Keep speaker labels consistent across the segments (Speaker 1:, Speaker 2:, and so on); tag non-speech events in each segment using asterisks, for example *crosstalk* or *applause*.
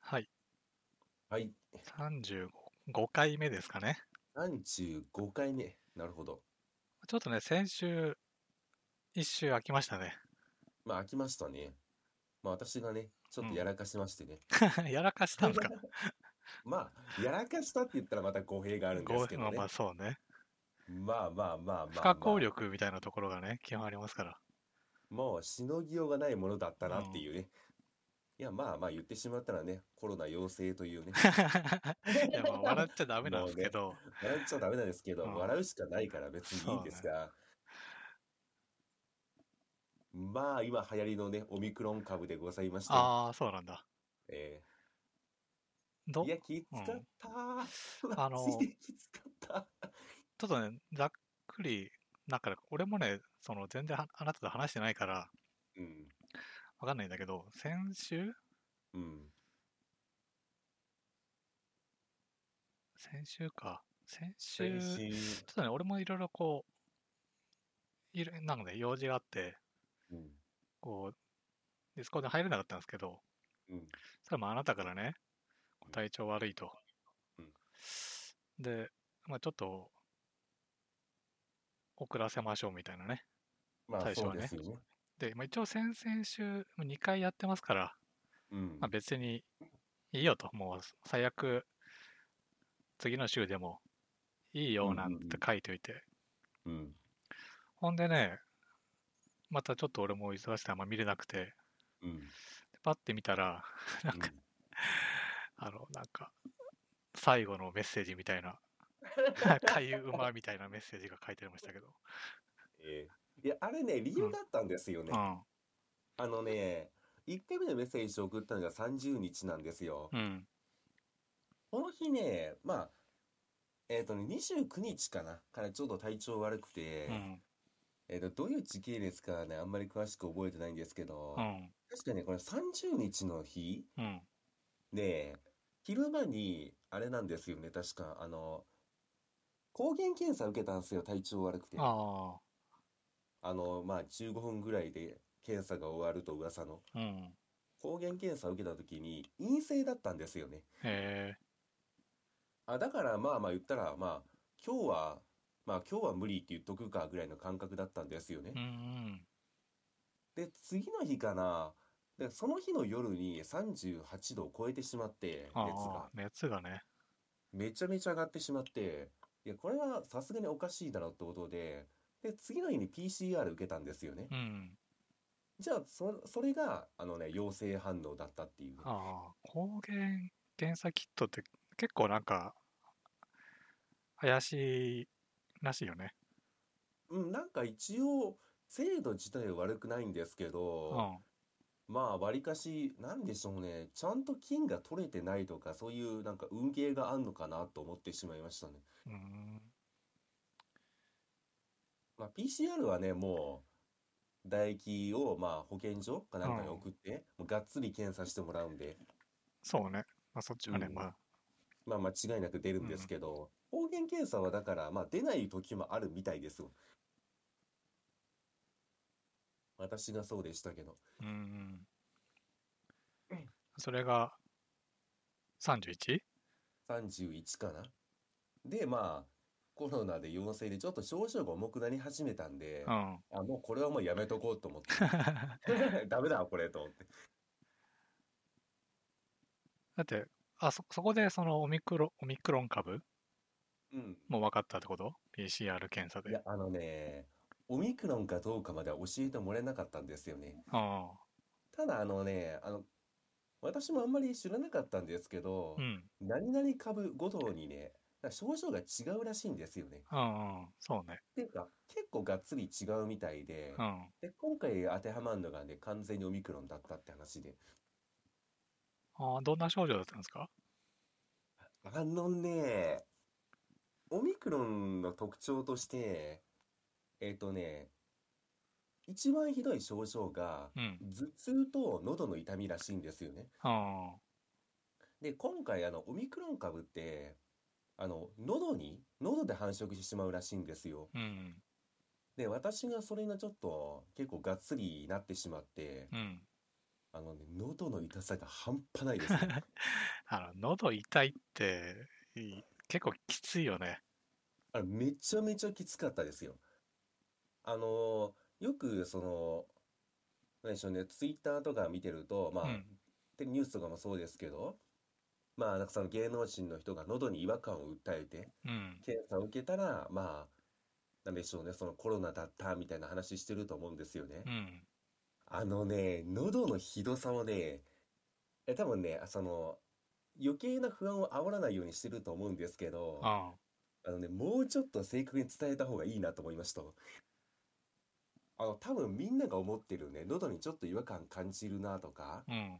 Speaker 1: はい。
Speaker 2: はい。
Speaker 1: 35回目ですかね。
Speaker 2: 35回目。なるほど。
Speaker 1: ちょっとね、先週、一週空きましたね。 *laughs*
Speaker 2: まあ、飽きましたね。まあ、私がね、ちょ
Speaker 1: う
Speaker 2: っと
Speaker 1: ん。
Speaker 2: やらかしましてね。
Speaker 1: やらかしたんですか。
Speaker 2: *laughs* まあ、やらかしたって言ったらまた語弊があるんで
Speaker 1: ご、
Speaker 2: すけ
Speaker 1: ま
Speaker 2: ど
Speaker 1: あま
Speaker 2: ね。
Speaker 1: あそうね。
Speaker 2: まあまあまあ
Speaker 1: 不
Speaker 2: まあ
Speaker 1: 可
Speaker 2: ま
Speaker 1: 抗
Speaker 2: あ。
Speaker 1: 力みたいなところがね、基本ありますから。 *laughs*
Speaker 2: もうしのぎようがないものだった
Speaker 1: う
Speaker 2: なって
Speaker 1: ん。
Speaker 2: いうね。いや、まあまあ言ってしまったらね、コロナ陽性
Speaker 1: *laughs*
Speaker 2: というね。
Speaker 1: いや、まあ笑っちゃダメなん
Speaker 2: も
Speaker 1: で
Speaker 2: う
Speaker 1: すけ
Speaker 2: ね、
Speaker 1: ど、
Speaker 2: 笑っちゃダメなんですけ
Speaker 1: う
Speaker 2: ど、
Speaker 1: ん、
Speaker 2: 笑うしかないから別にいいん
Speaker 1: そう
Speaker 2: で
Speaker 1: ね。
Speaker 2: すが、まあ今流行りのね、オミクロン株でございましてね。
Speaker 1: ああ、そうなんだ。
Speaker 2: えーい
Speaker 1: ど、
Speaker 2: や、き
Speaker 1: う
Speaker 2: つかっ
Speaker 1: ん。
Speaker 2: たー。うわ、
Speaker 1: あ
Speaker 2: ついて
Speaker 1: の、
Speaker 2: きつかった。
Speaker 1: ちょっとね、ざっくり、なんか、俺もね、その、全然はあなたと話してないから、
Speaker 2: うん、
Speaker 1: わかんないんだけど、先週
Speaker 2: うん。
Speaker 1: 先週か。先週、
Speaker 2: 先
Speaker 1: ち
Speaker 2: 週、
Speaker 1: ょっとね、俺もいろいろこう、いろなんかね、用事があって、
Speaker 2: うん、
Speaker 1: こう、ディスコードに入れなかったんですけど、
Speaker 2: うん、
Speaker 1: それもあなたからね、こう
Speaker 2: う、
Speaker 1: ん体調悪いと。
Speaker 2: うん。
Speaker 1: で、まあちょっと遅らせましょうみたいなね、
Speaker 2: まあ
Speaker 1: 対象
Speaker 2: そう
Speaker 1: は
Speaker 2: で
Speaker 1: ね。
Speaker 2: すよね。
Speaker 1: で、まあ、一応先々週2回やってますから、
Speaker 2: う
Speaker 1: まあ、
Speaker 2: ん、
Speaker 1: 別にいいよと、もう最悪次の週でもいいうよ
Speaker 2: ん、
Speaker 1: なん
Speaker 2: う
Speaker 1: て
Speaker 2: ん、
Speaker 1: 書いといて。
Speaker 2: うん、うん、
Speaker 1: ほんでね、またちょっと俺も忙しくてあんま見れなくて、
Speaker 2: うん、
Speaker 1: でパッて見たら、なん
Speaker 2: う
Speaker 1: か、
Speaker 2: ん。
Speaker 1: あの、なんか、最後のメッセージみたいな、開運馬みたいなメッセージが書いてありましたけど。
Speaker 2: えーいや、あれね、理
Speaker 1: う
Speaker 2: 由
Speaker 1: ん。
Speaker 2: だったんですよ
Speaker 1: う
Speaker 2: ね。
Speaker 1: ん。
Speaker 2: あのね、1回目のメッセージを送ったのが30日なんですよ。
Speaker 1: うん。
Speaker 2: この日ね、まあ、えっとね、29日かな、からちょっと体調悪く
Speaker 1: う
Speaker 2: て、
Speaker 1: ん。
Speaker 2: えっと、どういう時系列かはね、あんまり詳しく覚えてないんですけ
Speaker 1: う
Speaker 2: ど、
Speaker 1: ん。
Speaker 2: 確かね、これ30日の日
Speaker 1: うん。
Speaker 2: で、昼間に、あれなんですよね、確か、あの、抗原検査受けたんですよ、体調悪くて。
Speaker 1: あ
Speaker 2: あの、まあ、15分ぐらいで検査が終わると噂の。
Speaker 1: あ。うん。
Speaker 2: 抗原検査を受けた時に陰性だったんですよね。
Speaker 1: へえ。
Speaker 2: あ、だからまあまあ言ったら、まあ、今日は、まあ今日は無理って言っとくかぐらいの感覚だったんですよね。
Speaker 1: うん。
Speaker 2: で、次の日かな、で、その日の夜に38度を超えてしまって、熱
Speaker 1: ああ、
Speaker 2: が。
Speaker 1: 熱がね。
Speaker 2: めちゃめちゃ上がってしまって、いや、これはさすがにおかしいだろうってことで、で、次の日に PCR 受けたんですよね。
Speaker 1: うん。
Speaker 2: じゃあ、そ、それが、あのね、陽性反応だったっていうね。
Speaker 1: ああ、抗原検査キットって結構なんか怪しいらしいよね。
Speaker 2: うん、なんか一応、精度自体は悪くないんですけ
Speaker 1: う
Speaker 2: ど、
Speaker 1: ん。
Speaker 2: まあ、わりかし、なんでしょうね、ちゃんと菌が取れてないとか、そういうなんか運ゲーがあんのかなと思ってしまいましたね。
Speaker 1: うーん。
Speaker 2: まあ、PCR はね、もう、唾液を、まあ、保健所か
Speaker 1: う
Speaker 2: なんかに
Speaker 1: ん。
Speaker 2: 送って、もうがっつり検査してもらうんで、
Speaker 1: そうね。まあそっち
Speaker 2: う
Speaker 1: はね、
Speaker 2: ん。
Speaker 1: まあ、
Speaker 2: まあ、間違いなく出る
Speaker 1: うん
Speaker 2: です
Speaker 1: ん。
Speaker 2: けど、抗原検査はだから、まあ、出ない時もあるみたいですよ。私がそうでしたけど。
Speaker 1: うん。
Speaker 2: うん
Speaker 1: それが 31?
Speaker 2: 31かな。で、まあ、コロナで陽性で、ちょっと症状が重くなり始めたん
Speaker 1: う
Speaker 2: で、
Speaker 1: ん。
Speaker 2: あ、もうこれはもうやめとこうと思って
Speaker 1: *laughs*
Speaker 2: ね。ダメだ、これ、と思って。
Speaker 1: だって、あそ、そこでそのオミクロ、オミクロン株
Speaker 2: うん。
Speaker 1: もう分かったってこと ?PCR 検査
Speaker 2: い
Speaker 1: で。
Speaker 2: や、あのね、オミクロンかどうかまでは教えてもらえなかったんですよね。
Speaker 1: ああ、
Speaker 2: ただ、あのね、あの、私もあんまり知らなかったんですけ
Speaker 1: う
Speaker 2: ど、
Speaker 1: ん、
Speaker 2: 何々株ごとにね、症状が違うらしいんですよね。
Speaker 1: うん、うん、そうね。
Speaker 2: っていうか、結構がっつり違うみたいで、
Speaker 1: うん。
Speaker 2: で、今回当てはまるのがね、完全にオミクロンだったって話で。
Speaker 1: ああ、どんな症状だったんですか
Speaker 2: あのね、オミクロンの特徴として、えっとね、一番ひどい症状が、
Speaker 1: うん、
Speaker 2: 頭痛と喉の痛みらしいんですよね。
Speaker 1: あ
Speaker 2: で、今回、あの、オミクロン株って、あの、喉に、喉で繁殖してしまうらしいんですよ。
Speaker 1: あ、うん、
Speaker 2: で、私がそれがちょっと、結構がっつりなってしまって、
Speaker 1: うん。
Speaker 2: あのね、喉の痛さが半端ないですね。
Speaker 1: *laughs* あの、喉痛いって、い結構きついよね。
Speaker 2: あれ、めちゃめちゃきつかったですよ。あのーよく、その、何でしょうね、ツイッターとか見てると、
Speaker 1: う
Speaker 2: まあ、
Speaker 1: ん。
Speaker 2: でニュースとかもそうですけど、まあ、なんかその芸能人の人が喉に違和感を訴えて、
Speaker 1: うん。
Speaker 2: 検査を受けたら、まあ、なんでしょうね、そのコロナだったみたいな話してると思うんですよね
Speaker 1: う。ん。
Speaker 2: あのね、喉のひどさもね、え、多分ね、その、余計な不安を煽らないようにしてると思うんですけど、
Speaker 1: あ
Speaker 2: あのね、もうちょっと正確に伝えた方がいいなと思いました。あの、多分みんなが思ってるね、喉にちょっと違和感感じるなとか、
Speaker 1: うん。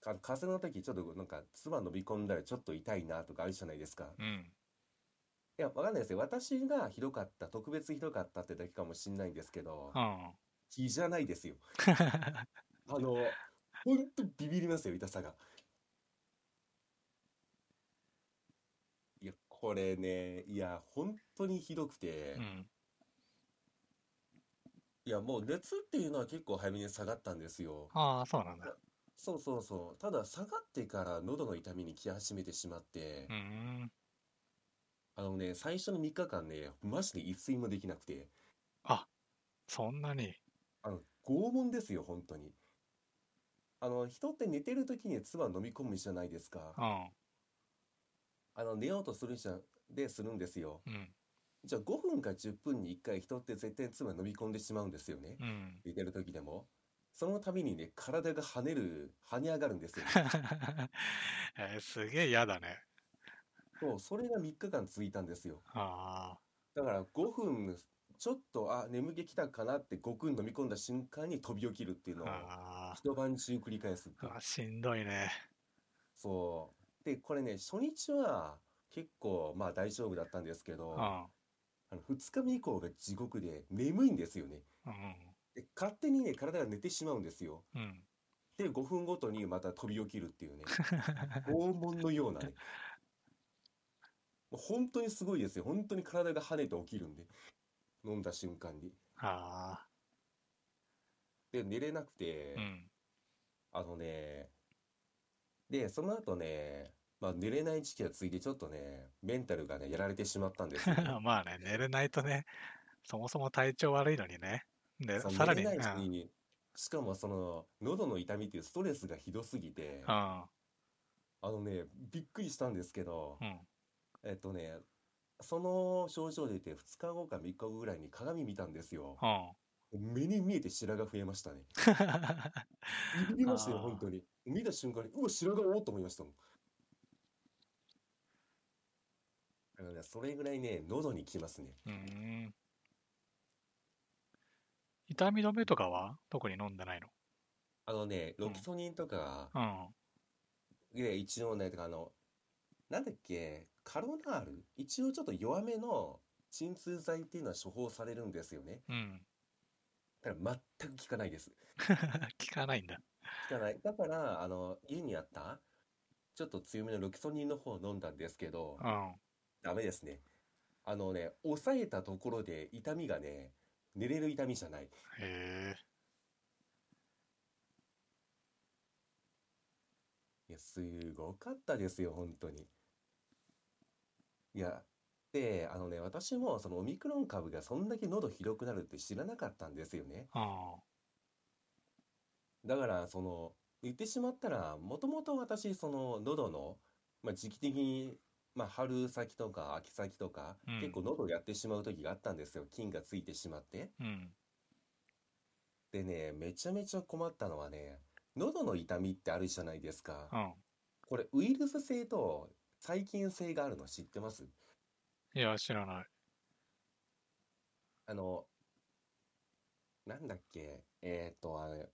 Speaker 2: か風邪の時ちょっとなんか唾飲み込んだらちょっと痛いなとかあるじゃないですか。
Speaker 1: うん。
Speaker 2: いや、わかんないですよ。私がひどかった、特別ひどかったってだけかもしんないんですけど
Speaker 1: う、ん。
Speaker 2: 気じゃな
Speaker 1: *laughs*
Speaker 2: いですよ。あの、ほんとビビりますよ、痛さが。いや、これね、いや、本当にひどくて
Speaker 1: う、ん。
Speaker 2: いや、もう熱っていうのは結構早めに下がったんですよ。
Speaker 1: ああ、そうなんだ。
Speaker 2: そうそうそう。ただ、下がってから喉の痛みに来始めてしまって
Speaker 1: う、ん。
Speaker 2: あのね、最初の3日間ね、マジで一睡もできなくて、
Speaker 1: そんなに。
Speaker 2: あの、拷問ですよ、本当に。あの、人って寝てる時に唾飲み込むじゃないですか。
Speaker 1: うん。
Speaker 2: あの、寝ようとするじゃん、でするんですよ。
Speaker 1: うん。
Speaker 2: じゃあ5分か10分に1回人って絶対唾飲み込んでしまうんですよね。
Speaker 1: うん。 *laughs*
Speaker 2: 寝てる時でも。そのためにね、体が跳ねる、跳ね上がるんですよ。
Speaker 1: えーすげえ嫌だね。
Speaker 2: そう、それが3日間続いたんですよ。
Speaker 1: あ
Speaker 2: だから5分、ちょっと、あ、眠気きたかなって5分飲み込んだ瞬間に飛び起きるっていう
Speaker 1: あ。
Speaker 2: のを
Speaker 1: あ
Speaker 2: 一晩中繰り返すっていう
Speaker 1: あ。しんどいね。
Speaker 2: そう。で、これね、初日は結構、まあ大丈夫だったんですけ
Speaker 1: う
Speaker 2: ど、
Speaker 1: ん。
Speaker 2: あの2日目以降が地獄で眠いんですよね。
Speaker 1: うん。
Speaker 2: で、勝手にね、体が寝てしまうんですよ。
Speaker 1: うん。
Speaker 2: で、5分ごとにまた飛び起きるっ
Speaker 1: *laughs*
Speaker 2: ていうね、拷問のようなね。もう本当にすごいですよ。本当に体が跳ねて起きるんで、飲んだ瞬間に。
Speaker 1: ああ。
Speaker 2: で、寝れなくて
Speaker 1: う、ん。
Speaker 2: あのね、で、その後ね、まあ寝れない時期が続いてちょっとね、メンタルがね、やられてしまったん
Speaker 1: *laughs*
Speaker 2: ですよね。
Speaker 1: まあね、寝れないとね、そもそも体調悪いのにね。で、
Speaker 2: その
Speaker 1: さら
Speaker 2: 寝
Speaker 1: に、う
Speaker 2: れ
Speaker 1: ん。う
Speaker 2: ないし、
Speaker 1: ん。
Speaker 2: しかもその、喉の痛みっていうストレスがひどすぎて、あ
Speaker 1: あ
Speaker 2: のね、びっくりしたんですけど、
Speaker 1: うん。
Speaker 2: えっとね、その症状出て2日後か3日後ぐらいに鏡見たんですよ。
Speaker 1: うん。 *laughs*
Speaker 2: 目に見えて白髪増えましたね。ビビりましたよ、
Speaker 1: あー
Speaker 2: 本当に。見た瞬間に、うわ、白髪多っと思いましたもん。あのね、それぐらいね、喉にきますね。
Speaker 1: うーん。痛み止めとかは特に飲んでないの
Speaker 2: あのね、
Speaker 1: ん
Speaker 2: ロキソニンとか、
Speaker 1: うん。
Speaker 2: で、一応ね、とかあの、なんだっけ、カロナール一応ちょっと弱めの鎮痛剤っていうのは処方されるんですよね。 *laughs*
Speaker 1: うん。
Speaker 2: ただ全く効かないです。
Speaker 1: 効かないんだ。
Speaker 2: 効かない。だから、あの、家にあった、ちょっと強めのロキソニンの方を飲んだんですけど、
Speaker 1: うん。
Speaker 2: ダメですね。あのね、抑えたところで痛みがね、寝れる痛みじゃない。
Speaker 1: へえ。
Speaker 2: いや、すごかったですよ、本当に。いや、で、あのね、私もそのオミクロン株がそんだけ喉ひどくなるって知らなかったんですよね。
Speaker 1: うん。
Speaker 2: だから、その、言ってしまったら、もともと私、その喉の、まあ、時期的に、まあ、春先とか秋先とか、
Speaker 1: うん
Speaker 2: 結構喉をやってしまう時があったんですよ。菌がついてしまって。
Speaker 1: うん。
Speaker 2: でね、めちゃめちゃ困ったのはね、喉の痛みってあるじゃないですか
Speaker 1: う。ん。
Speaker 2: これ、ウイルス性と細菌性があるの知ってます
Speaker 1: いや、知らない。
Speaker 2: あの、なんだっけ、えっと、あれ、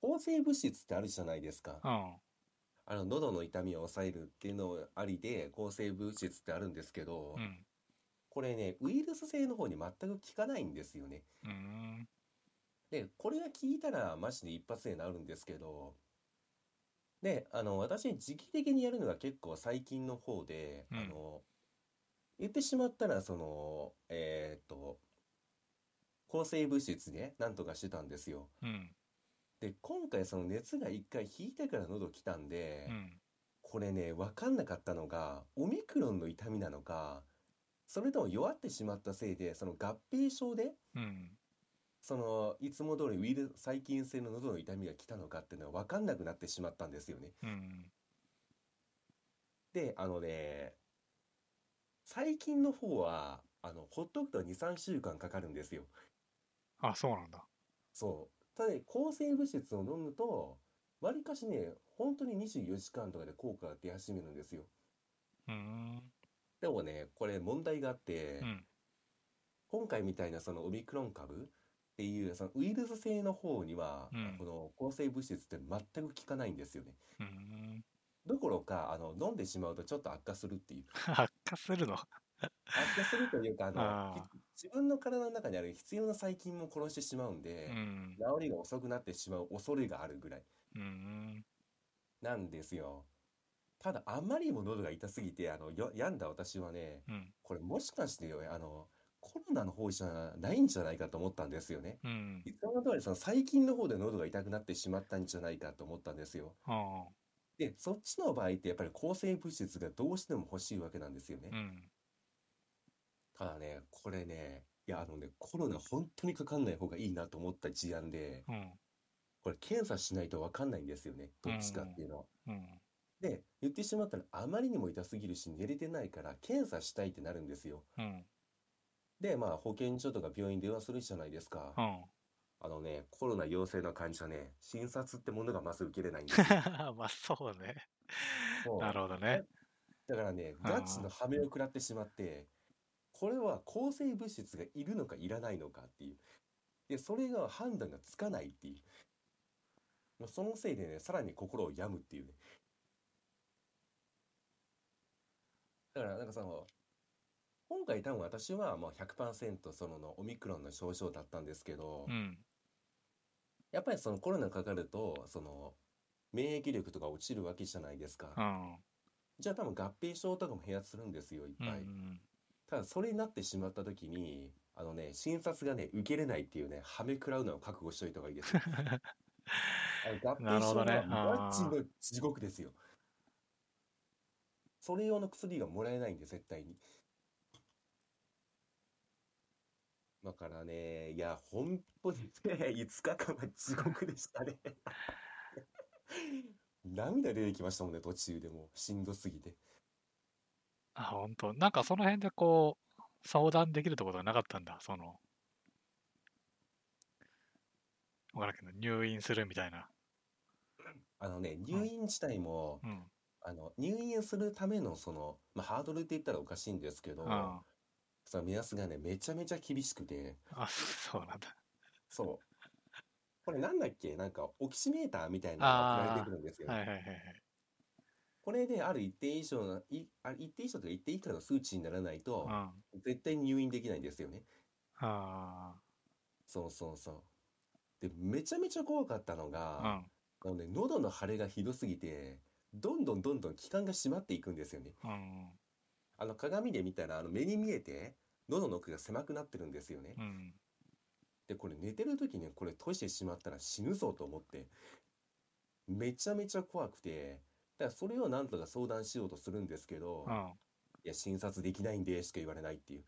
Speaker 2: 抗生物質ってあるじゃないですか
Speaker 1: う。ん。
Speaker 2: あの、喉の痛みを抑えるっていうのありで、抗生物質ってあるんですけど
Speaker 1: う、ん。
Speaker 2: これね、ウイルス性の方に全く効かないんですよね。
Speaker 1: うーん。
Speaker 2: で、これが効いたら、マジで一発で治るんですけど、で、あの、私、時期的にやるのが結構最近の方で、
Speaker 1: うん
Speaker 2: あの、言ってしまったら、その、えーっと、抗生物質ね、なんとかしてたんですよ。
Speaker 1: うん。
Speaker 2: で今回その熱が一回引いてから喉来たんで、
Speaker 1: うん。
Speaker 2: これね分かんなかったのがオミクロンの痛みなのかそれとも弱ってしまったせいでその合併症で
Speaker 1: うん。
Speaker 2: そのいつも通りウイルス細菌性の喉の痛みが来たのかっていうのは分かんなくなってしまったんですよね。
Speaker 1: うん。
Speaker 2: であのね細菌の方はあのほっとくと23週間かかるんですよ。
Speaker 1: あ、そうなんだ。
Speaker 2: そう。ただね、抗生物質を飲むと、わりかしね、本当に24時間とかで効果が出始めるんですよ。
Speaker 1: うーん。
Speaker 2: でもね、これ問題があって
Speaker 1: う、ん。
Speaker 2: 今回みたいなそのオミクロン株っていうそのウイルス性の方には、
Speaker 1: うん
Speaker 2: この抗生物質って全く効かないんですよね。
Speaker 1: うーん。 *laughs*
Speaker 2: どころか、あの、飲んでしまうとちょっと悪化するっていう。
Speaker 1: 発火するの。
Speaker 2: 悪化するというか、あの、
Speaker 1: あー
Speaker 2: ひ自分の体の中にある必要な細菌も殺してしまうん
Speaker 1: う
Speaker 2: で、
Speaker 1: ん。
Speaker 2: 治りが遅くなってしまう恐れがあるぐらい。
Speaker 1: うーん。
Speaker 2: なんですよ。ただ、あまりにも喉が痛すぎて、あの、よ、病んだ私はね、
Speaker 1: うん。
Speaker 2: これもしかしてよ、あの、コロナの方じゃないんじゃないかと思ったんですよね。
Speaker 1: うん。
Speaker 2: いつもの通り、その細菌の方で喉が痛くなってしまったんじゃないかと思ったんですよ。
Speaker 1: あ
Speaker 2: で、そっちの場合ってやっぱり抗生物質がどうしても欲しいわけなんですよね
Speaker 1: あ。う。ん。
Speaker 2: ただね、これね、いや、あのね、コロナ本当にかかんない方がいいなと思った事案で、
Speaker 1: うん。
Speaker 2: これ検査しないとわかんないんですよね。どっちかっていうのは。
Speaker 1: うん。
Speaker 2: で、言ってしまったらあまりにも痛すぎるし寝れてないから検査したいってなるんですよ。
Speaker 1: うん。
Speaker 2: で、まあ保健所とか病院に電話するじゃないですか
Speaker 1: う。ん。 *laughs*
Speaker 2: あのね、コロナ陽性の患者ね、診察ってものがまず受けれない
Speaker 1: *laughs*
Speaker 2: んですよ。
Speaker 1: まあ、そうね。
Speaker 2: そう
Speaker 1: なるほどね。
Speaker 2: だからね、
Speaker 1: あー
Speaker 2: ガチのハメを食らってしまって、これは抗生物質がいるのかいらないのかっていう。で、それが判断がつかないっていう。もうそのせいでね、さらに心を病むっていうね。だから、なんかその、今回多分私はもう100%そののオミクロンの症状だったんですけど、
Speaker 1: うん。
Speaker 2: やっぱりそのコロナかかると、その、免疫力とか落ちるわけじゃないですか。
Speaker 1: うん。
Speaker 2: じゃあ多分合併症とかも併発するんですよ、いっ
Speaker 1: う
Speaker 2: ぱい。
Speaker 1: ん。
Speaker 2: ただそれになってしまった時に、あのね、診察がね、受けれないっていうね、はめ食らうのを覚悟しといた方がいいですよ。あの合
Speaker 1: なる
Speaker 2: 併
Speaker 1: ほ
Speaker 2: 症
Speaker 1: どね
Speaker 2: は
Speaker 1: あ
Speaker 2: ガチ
Speaker 1: ー
Speaker 2: の地獄ですよ。それ用の薬がもらえないんで、絶対に。だからね、いや、本当にね、5日間は地獄でしたね。涙出てきましたもんね、途中でもう、しんどすぎて。
Speaker 1: あ、本当。なんかその辺でこう、相談できるってことはなかったんだ。その、わからんけど、入院するみたいな。
Speaker 2: あのね、入院自体も、
Speaker 1: うん。
Speaker 2: あの、入院するための、その、まあ、ハードルって言ったらおかしいんですけど、
Speaker 1: あ
Speaker 2: その目安がね、めちゃめちゃ厳しくて、
Speaker 1: あ、そう *laughs* なんだ。
Speaker 2: そう。これなんだっけなんか、オキシメーターみたいなのが送られてくるんですよね。
Speaker 1: はいはいはいはい。
Speaker 2: これである一定以上の、い、あ一定以上というか一定以下の数値にならないと
Speaker 1: うん。、あ
Speaker 2: 絶対に入院できないんですよね。
Speaker 1: あ
Speaker 2: そうそうそう。で、めちゃめちゃ怖かったの
Speaker 1: ー、
Speaker 2: が、あのね、喉の腫れがひどすぎて、どんどんどんどん気管が締まっていくんですよね。
Speaker 1: うん。うん。
Speaker 2: あの鏡で見たらあの目に見えて喉の奥が狭くなってるんですよね
Speaker 1: う。ん。
Speaker 2: でこれ寝てる時にこれ閉じてしまったら死ぬぞと思ってめちゃめちゃ怖くてだからそれをなんとか相談しようとするんですけど
Speaker 1: うん。あ、
Speaker 2: 「いや診察できないんで」しか言われないっていう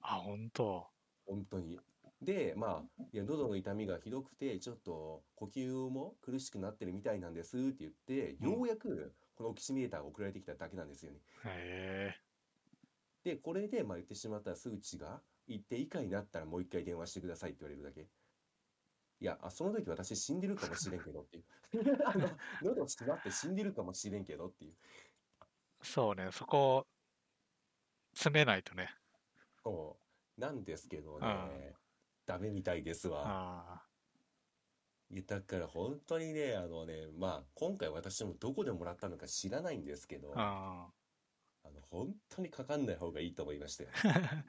Speaker 1: 本当。
Speaker 2: 本当に。でまあ「いや喉の痛みがひどくてちょっと呼吸も苦しくなってるみたいなんです」って言って
Speaker 1: うん
Speaker 2: ようやくこのオキシメーターが送られてきただけなんですよね。
Speaker 1: へえ。
Speaker 2: で、これで、まあ、言ってしまったら数値が一定以下になったらもう一回電話してくださいって言われるだけ。いや、あ、その時私死んでるかもしれんけどっ
Speaker 1: *laughs*
Speaker 2: ていう。あの、喉詰まって死んでるかもしれんけどっていう。
Speaker 1: そうね、そこを詰めないとね。
Speaker 2: そう。なんですけど
Speaker 1: あ
Speaker 2: ね、ダメみたいですわ。
Speaker 1: あ
Speaker 2: いや、だから本当にね、あのね、まあ、今回私もどこでもらったのか知らないんですけど、
Speaker 1: あ。あ
Speaker 2: あの、本当にかかんない方がいいと思いましたよ。
Speaker 1: あ。 *laughs*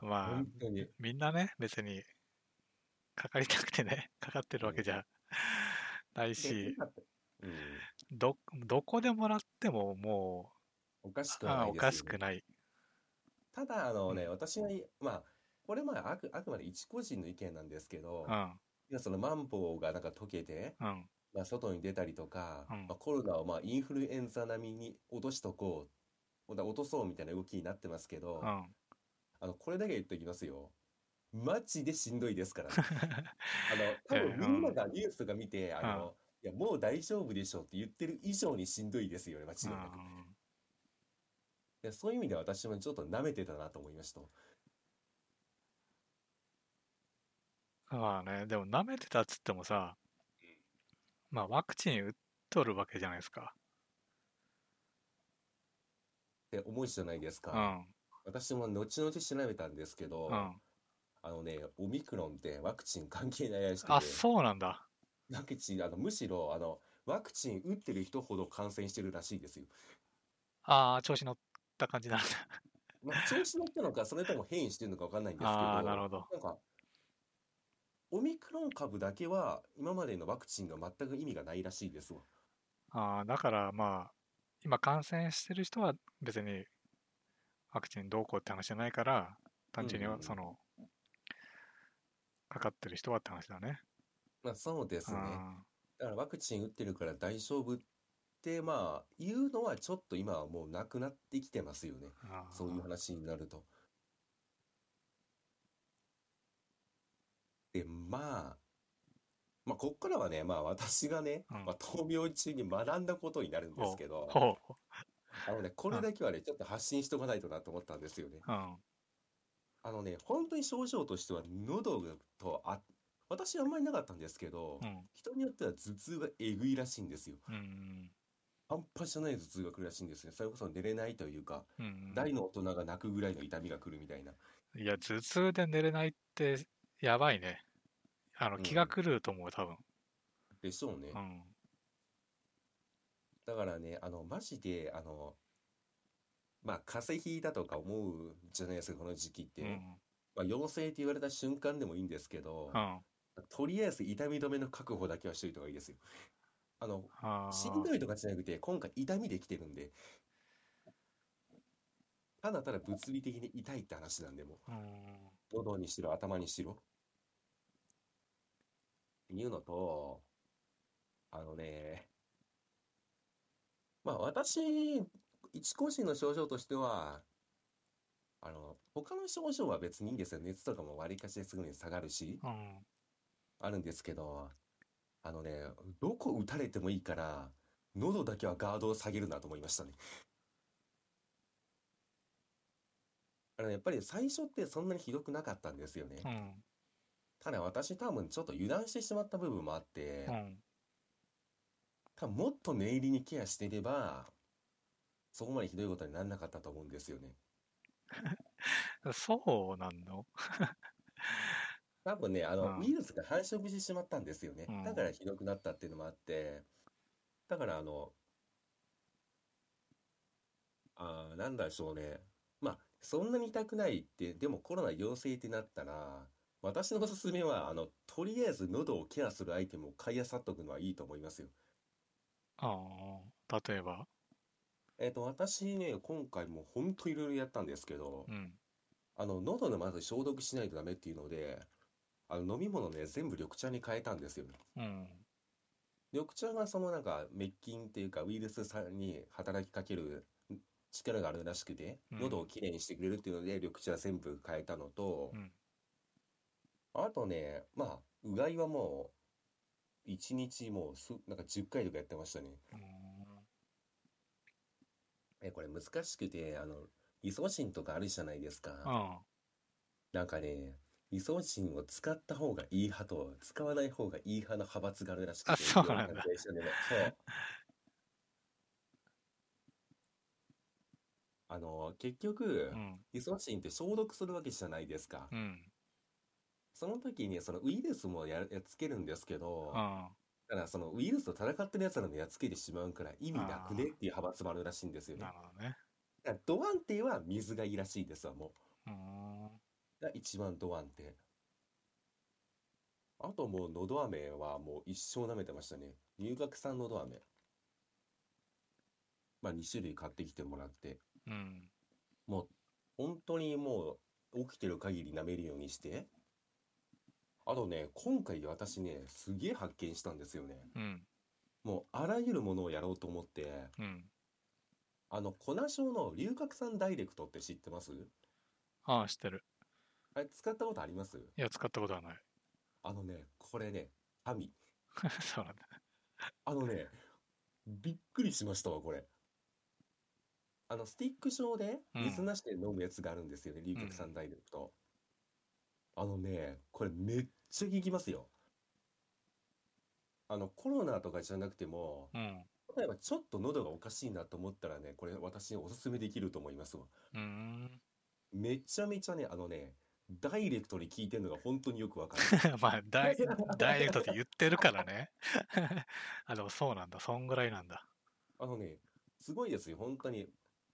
Speaker 1: まあ
Speaker 2: 本、当に。
Speaker 1: みんなね、別に、かかりたくてね、 *laughs* かかってるわけじゃない
Speaker 2: で
Speaker 1: し、
Speaker 2: うん、
Speaker 1: ど、どこでもらってもも
Speaker 2: おかしく
Speaker 1: う、
Speaker 2: は
Speaker 1: あ
Speaker 2: な
Speaker 1: あ
Speaker 2: い
Speaker 1: お
Speaker 2: です
Speaker 1: か
Speaker 2: よ
Speaker 1: し
Speaker 2: ね
Speaker 1: くない。
Speaker 2: ただあのね、
Speaker 1: う
Speaker 2: 私のいまあこれまああくあくまで一個人の意見なんですけど
Speaker 1: うん。
Speaker 2: いやそのマンボウがなんか解けて、
Speaker 1: うん。
Speaker 2: まあ、外に出たりとか、
Speaker 1: うん
Speaker 2: まあ、コロナをまあインフルエンザ並みに落としとこう、ほんなら落とそうみたいな動きになってますけど、
Speaker 1: うん。
Speaker 2: あの、これだけ言っておきますよ。マジでしんどいですからね。あの、多
Speaker 1: ええ
Speaker 2: 分みんながニュースとか見て、あ
Speaker 1: うん
Speaker 2: の、いや、もう大丈夫でしょうって言ってる以上にしんどいですよね、間違いなく。いや、そういう意味では私もちょっと舐めてたなと思いました。
Speaker 1: うんまあね、でも舐めてたっつってもさ、まあワクチン打っとるわけじゃないですか。
Speaker 2: って思うじゃないです
Speaker 1: う
Speaker 2: か。
Speaker 1: ん。
Speaker 2: 私も後々調べたんですけど
Speaker 1: う、ん。
Speaker 2: あのね、オミクロンってワクチン関係ないらしく
Speaker 1: あ、
Speaker 2: て、
Speaker 1: そうなんだ。
Speaker 2: ワクチン、あの、むしろ、あの、ワクチン打ってる人ほど感染してるらしいですよ。
Speaker 1: ああ、調子乗った感じ
Speaker 2: *laughs*
Speaker 1: なんだ。
Speaker 2: まあ、調子乗ったのか、それとも変異してるのかわかんないんですけ
Speaker 1: ああ、
Speaker 2: ど
Speaker 1: なる、ほど。
Speaker 2: なんか、オミクロン株だけは、今までのワクチンが全く意味がないらしいですわ。
Speaker 1: ああ、だからまあ、今感染してる人は別にワクチンどうこうって話じゃないから、単純に
Speaker 2: うんうんうん
Speaker 1: その、かかってる人はって話だね。
Speaker 2: まあ、そうですね。
Speaker 1: あ
Speaker 2: だからワクチン打ってるから大丈夫って、まあ、言うのはちょっと今はもうなくなってきてますよね。
Speaker 1: ーあー、
Speaker 2: そういう話になると。で、まあ、まあ、こっからはね、まあ、私がね、
Speaker 1: うん
Speaker 2: まあ、闘病中に学んだことになるんですけど、
Speaker 1: ほう。
Speaker 2: あのね、これだけはね、ちょっと発信しとかないとなと思ったんですよね。
Speaker 1: うん。
Speaker 2: あのね、本当に症状としては、喉とあ、私はあんまりなかったんですけど、
Speaker 1: うん。
Speaker 2: 人によっては頭痛がえぐいらしいんですよ。
Speaker 1: うん。
Speaker 2: 半端じゃない頭痛が来るらしいんですね。それこそ寝れないというか、
Speaker 1: うん。
Speaker 2: 大の大人が泣くぐらいの痛みが来るみたいな。
Speaker 1: いや、頭痛で寝れないってやばいね。あの、
Speaker 2: うん
Speaker 1: 気が狂うと思う、多分。
Speaker 2: でしょうね
Speaker 1: う。ん。
Speaker 2: だからね、あの、マジで、あの、まあ、風邪ひいたとか思うじゃないですか、この時期って
Speaker 1: うん。う
Speaker 2: ね。
Speaker 1: ん。
Speaker 2: まあ、陽性って言われた瞬間でもいいんですけど、
Speaker 1: あ
Speaker 2: とりあえず痛み止めの確保だけはしといた方がいいですよ。あの、
Speaker 1: あ。
Speaker 2: しんどいとかじゃなくて、今回痛みできてるんで、ただただ物理的に痛いって話なんで、も
Speaker 1: うん。
Speaker 2: う、喉にしろ、頭にしろ。いうのと、あのね、まあ私、一個人の症状としては、あの、他の症状は別にいいんですよ。熱とかもわりかしすぐに下がるし、
Speaker 1: うん。
Speaker 2: あるんですけど、あのね、どこ打たれてもいいから、喉だけはガードを下げるなと思いましたね。あの、やっぱり最初ってそんなにひどくなかったんですよね
Speaker 1: う。ん。
Speaker 2: ただ私多分ちょっと油断してしまった部分もあって
Speaker 1: う、ん。
Speaker 2: 多分もっと念入りにケアしていれば、そこまでひどいことにならなかったと思うんですよね。
Speaker 1: そうなんの
Speaker 2: 多分ね、あ
Speaker 1: う
Speaker 2: の、
Speaker 1: ん
Speaker 2: ウイルスが繁殖してしまったんですよね
Speaker 1: う。ん
Speaker 2: だからひどくなったっていうのもあって、だからあの、あーなんだでしょうね。まあ、そんなに痛くないって、でもコロナ陽性ってなったら、私のおすすめは、あの、とりあえず喉をケアするアイテムを買い漁っとくのはいいと思いますよ。
Speaker 1: ああ。例えば。
Speaker 2: えっと、私ね、今回もほんといろいろやったんですけど
Speaker 1: う、ん。
Speaker 2: あの、喉のまず消毒しないとダメっていうので、あの、飲み物ね、全部緑茶に変えたんですよね。
Speaker 1: うん。
Speaker 2: 緑茶がそのなんか滅菌っていうかウイルスさんに働きかける力があるらしくて、
Speaker 1: うん
Speaker 2: 喉をきれいにしてくれるっていうので緑茶全部変えたのと
Speaker 1: う、ん。
Speaker 2: あとね、まあ、うがいはもう、1日もうす、なんか10回とかやってましたね。
Speaker 1: うん
Speaker 2: え、これ難しくて、あの、イソジンとかあるじゃないです
Speaker 1: う
Speaker 2: か。
Speaker 1: ん。
Speaker 2: なんかね、イソジンを使った方がいい派と、使わない方がいい派の派閥があるらしく
Speaker 1: あ
Speaker 2: て、
Speaker 1: そう
Speaker 2: いろん
Speaker 1: なんだ
Speaker 2: 関係者でもそう。あの、結局
Speaker 1: う、ん。
Speaker 2: イソシンって消毒するわけじゃないですか。
Speaker 1: うん。
Speaker 2: その時にそのウイルスもややっつけるんですけど、
Speaker 1: うん。
Speaker 2: ただそのウイルスと戦ってるやつらのやっつけてしまうから意味なくねっていう派閥もあるらしいんですよね。
Speaker 1: な
Speaker 2: だ
Speaker 1: るほどね。
Speaker 2: からド安定は水がいいらしいですわ、も
Speaker 1: うん。
Speaker 2: う。が一番ド安定。あともうのど飴はもう一生舐めてましたね。入学さんのど飴。まあ2種類買ってきてもらって、
Speaker 1: うん。
Speaker 2: もう本当にもう起きてる限り舐めるようにして、あとね、今回私ね、すげえ発見したんですよね。
Speaker 1: うん。
Speaker 2: もうあらゆるものをやろうと思って、
Speaker 1: うん。
Speaker 2: あの、コナショの龍角散ダイレクトって知ってます
Speaker 1: ああ、知ってる。
Speaker 2: あれ使ったことあります
Speaker 1: いや、使ったことはない。 *laughs*
Speaker 2: あのね、これね、神。
Speaker 1: そうなんだ。
Speaker 2: あのね、びっくりしましたわ、これ。あの、スティック状で
Speaker 1: うん
Speaker 2: 水なしで飲むやつがあるんですよね、龍角散ダイレクト。あのね、これめっちゃ効きますよ。あの、コロナとかじゃなくても、
Speaker 1: うん。
Speaker 2: 例えばちょっと喉がおかしいなと思ったらね、これ私におすすめできると思いますわ。
Speaker 1: うーん。 *laughs*
Speaker 2: めちゃめちゃね、あのね、ダイレクトに効いてるのが本当によくわかる。
Speaker 1: *laughs* まあダイ、ダイレクトって言ってるからね。あ、でもそうなんだ。そんぐらいなんだ。
Speaker 2: あのね、すごいですよ、本当に。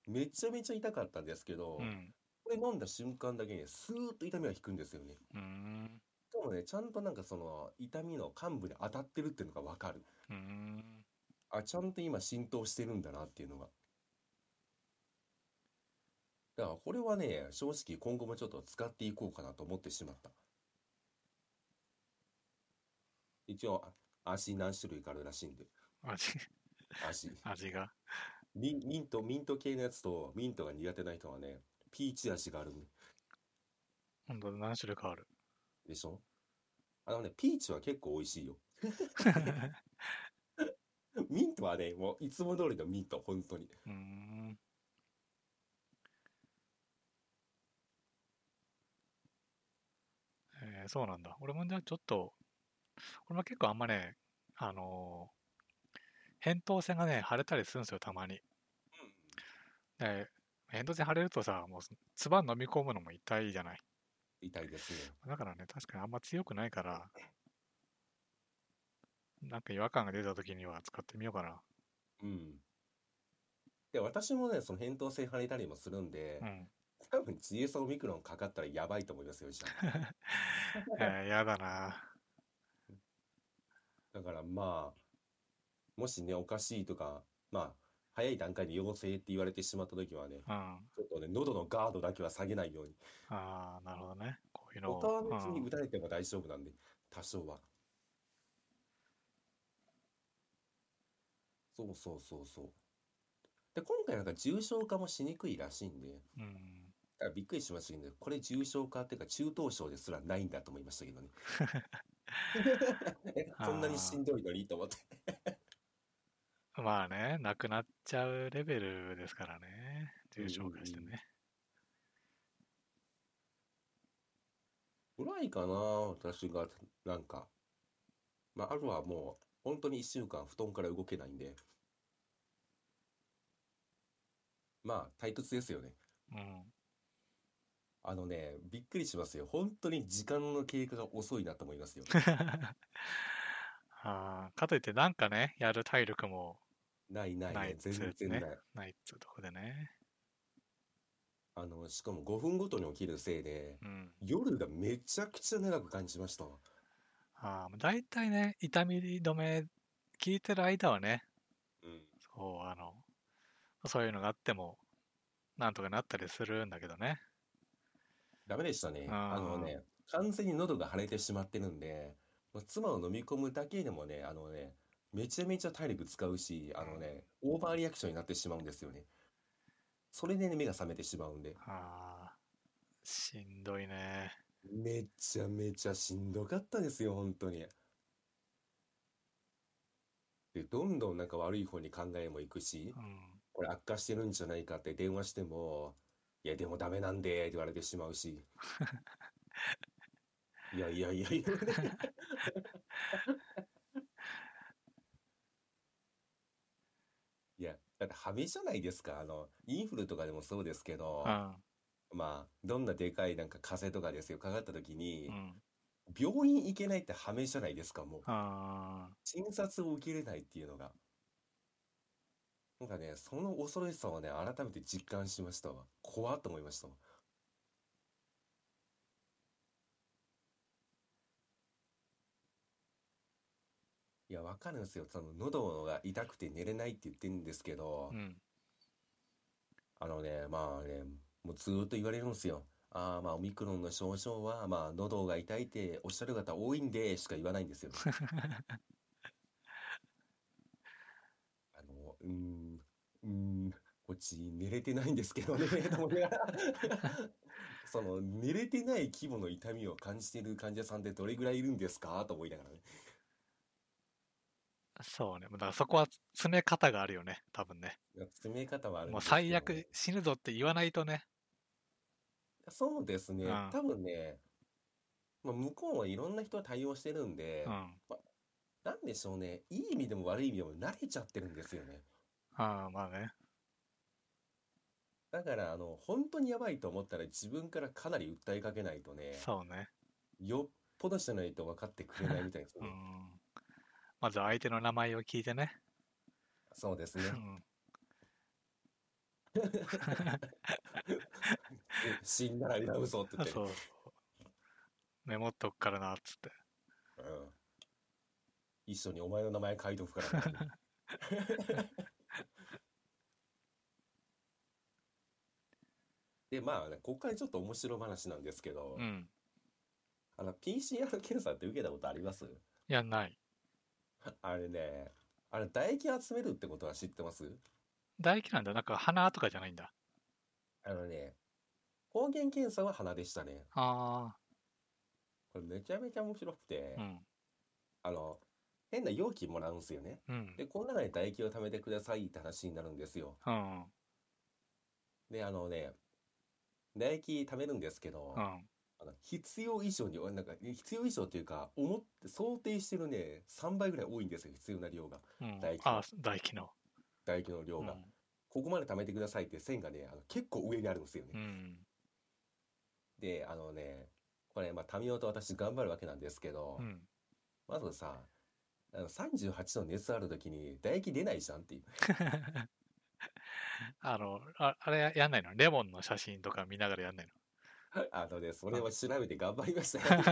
Speaker 2: めちゃめちゃ痛かったんですけど、
Speaker 1: うん。
Speaker 2: これ飲んだ瞬間だけね、スーッと痛みが引くんですよね。
Speaker 1: うーん。
Speaker 2: しかもね、ちゃんとなんかその痛みの幹部に当たってるっていうのがわかる。
Speaker 1: うーん。
Speaker 2: あ、ちゃんと今浸透してるんだなっていうのが。だからこれはね、正直今後もちょっと使っていこうかなと思ってしまった。一応、あ足何種類かあるらしいんで、
Speaker 1: 味、
Speaker 2: 足。
Speaker 1: 味が。
Speaker 2: ミン、ミント、ミント系のやつと、ミントが苦手な人はね、ピーチ味があるん
Speaker 1: ほんと何種類かある。
Speaker 2: でしょあのね、ピーチは結構美味しいよ。 *laughs* ミントはね、もういつも通りのミント、本当に。
Speaker 1: うーん。えーそうなんだ。俺もじゃあちょっと、俺も結構あんまね、あのー扁桃腺がね、腫れたりするんですよ、たまに。で、扁桃腺腫れるとさ、もう、唾飲み込むのも痛いじゃない。
Speaker 2: 痛いですね。
Speaker 1: だからね、確かにあんま強くないから、なんか違和感が出た時には使ってみようかな。
Speaker 2: うん。で、私もね、その扁桃腺腫れたりもするんで
Speaker 1: う、ん。
Speaker 2: 多分 GS オミクロンかかったらやばいと思いますよ、じゃ
Speaker 1: *laughs*
Speaker 2: あ。
Speaker 1: えー、やだな。
Speaker 2: だからまあ、もしね、おかしいとか、まあ、早い段階で陽性って言われてしまった時はね、
Speaker 1: うん。あ
Speaker 2: ちょっとね、喉のガードだけは下げないように。
Speaker 1: あー、なるほどね。こういうの
Speaker 2: 他は
Speaker 1: を。
Speaker 2: 別に
Speaker 1: うん
Speaker 2: 打たれても大丈夫なんで、多少は。そうそうそうそう。で、今回なんか重症化もしにくいらしいんで、
Speaker 1: うん。
Speaker 2: だからびっくりしましたけど、ね、これ重症化っていうか中等症ですらないんだと思いまし
Speaker 1: *laughs*
Speaker 2: たけどね。 *laughs* こんなにしんどいのにと思って。
Speaker 1: まあね、なくなっちゃうレベルですからね。重症化して
Speaker 2: うんうん
Speaker 1: ね。
Speaker 2: ぐらいかな、私が、なんか。まあ、あとはもう、本当に一週間布団から動けないんで。まあ、退屈ですよね。
Speaker 1: うん。
Speaker 2: あのね、びっくりしますよ。本当に時間の経過が遅いなと思います
Speaker 1: *laughs*
Speaker 2: よ。
Speaker 1: あーかといってなんかね、やる体力も
Speaker 2: ないない
Speaker 1: な
Speaker 2: ないい、
Speaker 1: ですね
Speaker 2: 全然ない。
Speaker 1: ないっつうとこでね。
Speaker 2: あの、しかも5分ごとに起きるせいで、
Speaker 1: うん。
Speaker 2: 夜がめちゃくちゃ長く感じましたわ。
Speaker 1: ああ、大体ね、痛み止め聞いてる間はね、
Speaker 2: うん。
Speaker 1: そう、あの、そういうのがあっても、なんとかなったりするんだけどね。
Speaker 2: ダメでしたね。
Speaker 1: あー
Speaker 2: あのね、完全に喉が腫れてしまってるんで、まあ、妻を飲み込むだけでもね、あのね、めちゃめちゃ体力使うし、あのね、オーバーリアクションになってしまうんですよね。それでね、目が覚めてしまうんで、
Speaker 1: ああ、しんどいね。
Speaker 2: めちゃめちゃしんどかったですよ、本当に。で、どんどんなんか悪い方に考えもいくし
Speaker 1: う、ん。
Speaker 2: これ悪化してるんじゃないかって電話しても、いや、でもダメなんで、って言われてしま
Speaker 1: *laughs*
Speaker 2: うし。いやいやい
Speaker 1: *laughs*
Speaker 2: やいや。いや、だってハメじゃないですか。あの、インフルとかでもそうですけど
Speaker 1: う、ん。
Speaker 2: まあ、どんなでかいなんか風邪とかですよ、かかった時に
Speaker 1: う、ん。
Speaker 2: 病院行けないってハメじゃないですか、もう。
Speaker 1: あ
Speaker 2: 診察を受けれないっていうのが。なんかね、その恐ろしさをね、改めて実感しましたわ。怖っと思いましたわ。いや、わかるんですよ。その喉が痛くて寝れないって言ってるんですけ
Speaker 1: あ、
Speaker 2: ど
Speaker 1: う、ん。
Speaker 2: あのね、まあね、もうずーっと言われるんですよ。ああ、まあ、オミクロンの症状は、まあ、喉が痛いっておっしゃる方多いんで、しか言わない
Speaker 1: *laughs*
Speaker 2: んですよ。あの、うーん、うーん、こっち寝れてないんですけどね、と思いな
Speaker 1: *laughs*
Speaker 2: がらその、寝れてない規模の痛みを感じている患者さんってどれぐらいいるんですかと思いながらね。
Speaker 1: そうね。だからそこは詰め方があるよね。多分ね。
Speaker 2: いや詰め方はあるん
Speaker 1: もう
Speaker 2: ですけど
Speaker 1: 最悪死ぬぞって言わないとね。
Speaker 2: そうですね
Speaker 1: うん。
Speaker 2: 多分ね、まあ、向こうはいろんな人が対応してるんで
Speaker 1: う、ん。
Speaker 2: なんでしょうね。いい意味でも悪い意味でも慣れちゃってるんですよね。
Speaker 1: ああ、まあね。
Speaker 2: だから、あの、本当にやばいと思ったら自分からかなり訴えかけないとね、
Speaker 1: そうね。
Speaker 2: よっぽどじゃないと分かってくれないみたいです
Speaker 1: う
Speaker 2: ね。
Speaker 1: ん。まず相手の名前を聞いてね。
Speaker 2: そうです
Speaker 1: う
Speaker 2: ね。
Speaker 1: ん。
Speaker 2: え *laughs* 死んだら裏嘘って言って
Speaker 1: そ
Speaker 2: ね。
Speaker 1: うそう。メモっとくからな、っつって。
Speaker 2: うん。一緒にお前の名前書いとくからな。
Speaker 1: *laughs*
Speaker 2: で、まあね、ここからちょっと面白い話なんですけど
Speaker 1: う、ん。
Speaker 2: あの、PCR 検査って受けたことあります
Speaker 1: いや、ない。
Speaker 2: あれね、あれ唾液集めるってことは知ってます
Speaker 1: 唾液なんだ。なんか鼻とかじゃないんだ。
Speaker 2: あのね、抗原検査は鼻でしたね。
Speaker 1: あ
Speaker 2: これめちゃめちゃ面白くて
Speaker 1: あ。う、ん。
Speaker 2: あの、変な容器もらうんですよね。
Speaker 1: うん。
Speaker 2: で、この中に唾液を貯めてくださいって話になるんですよ。
Speaker 1: うん。
Speaker 2: で、あのね、唾液貯めるんですけど、
Speaker 1: うん。
Speaker 2: あの必要以上に、なんか、必要以上というか、思って、想定してるね、3倍ぐらい多いんですよ、必要な量が。
Speaker 1: うん
Speaker 2: 唾液
Speaker 1: ああ、唾液の。
Speaker 2: 唾液の量
Speaker 1: う
Speaker 2: が。
Speaker 1: ん。
Speaker 2: ここまで貯めてくださいって線がね、あの結構上にあるんですよね
Speaker 1: う。ん。
Speaker 2: で、あのね、これ、まあ、貯めようと私頑張るわけなんですけど
Speaker 1: う、ん。
Speaker 2: まずさ、あの38度熱ある時に唾液出ないじゃんっていう。 *laughs*
Speaker 1: あの、ああれやんないのレモンの写真とか見ながらやんないの
Speaker 2: あのね、それを調べて頑張りまし
Speaker 1: *laughs*
Speaker 2: たよ。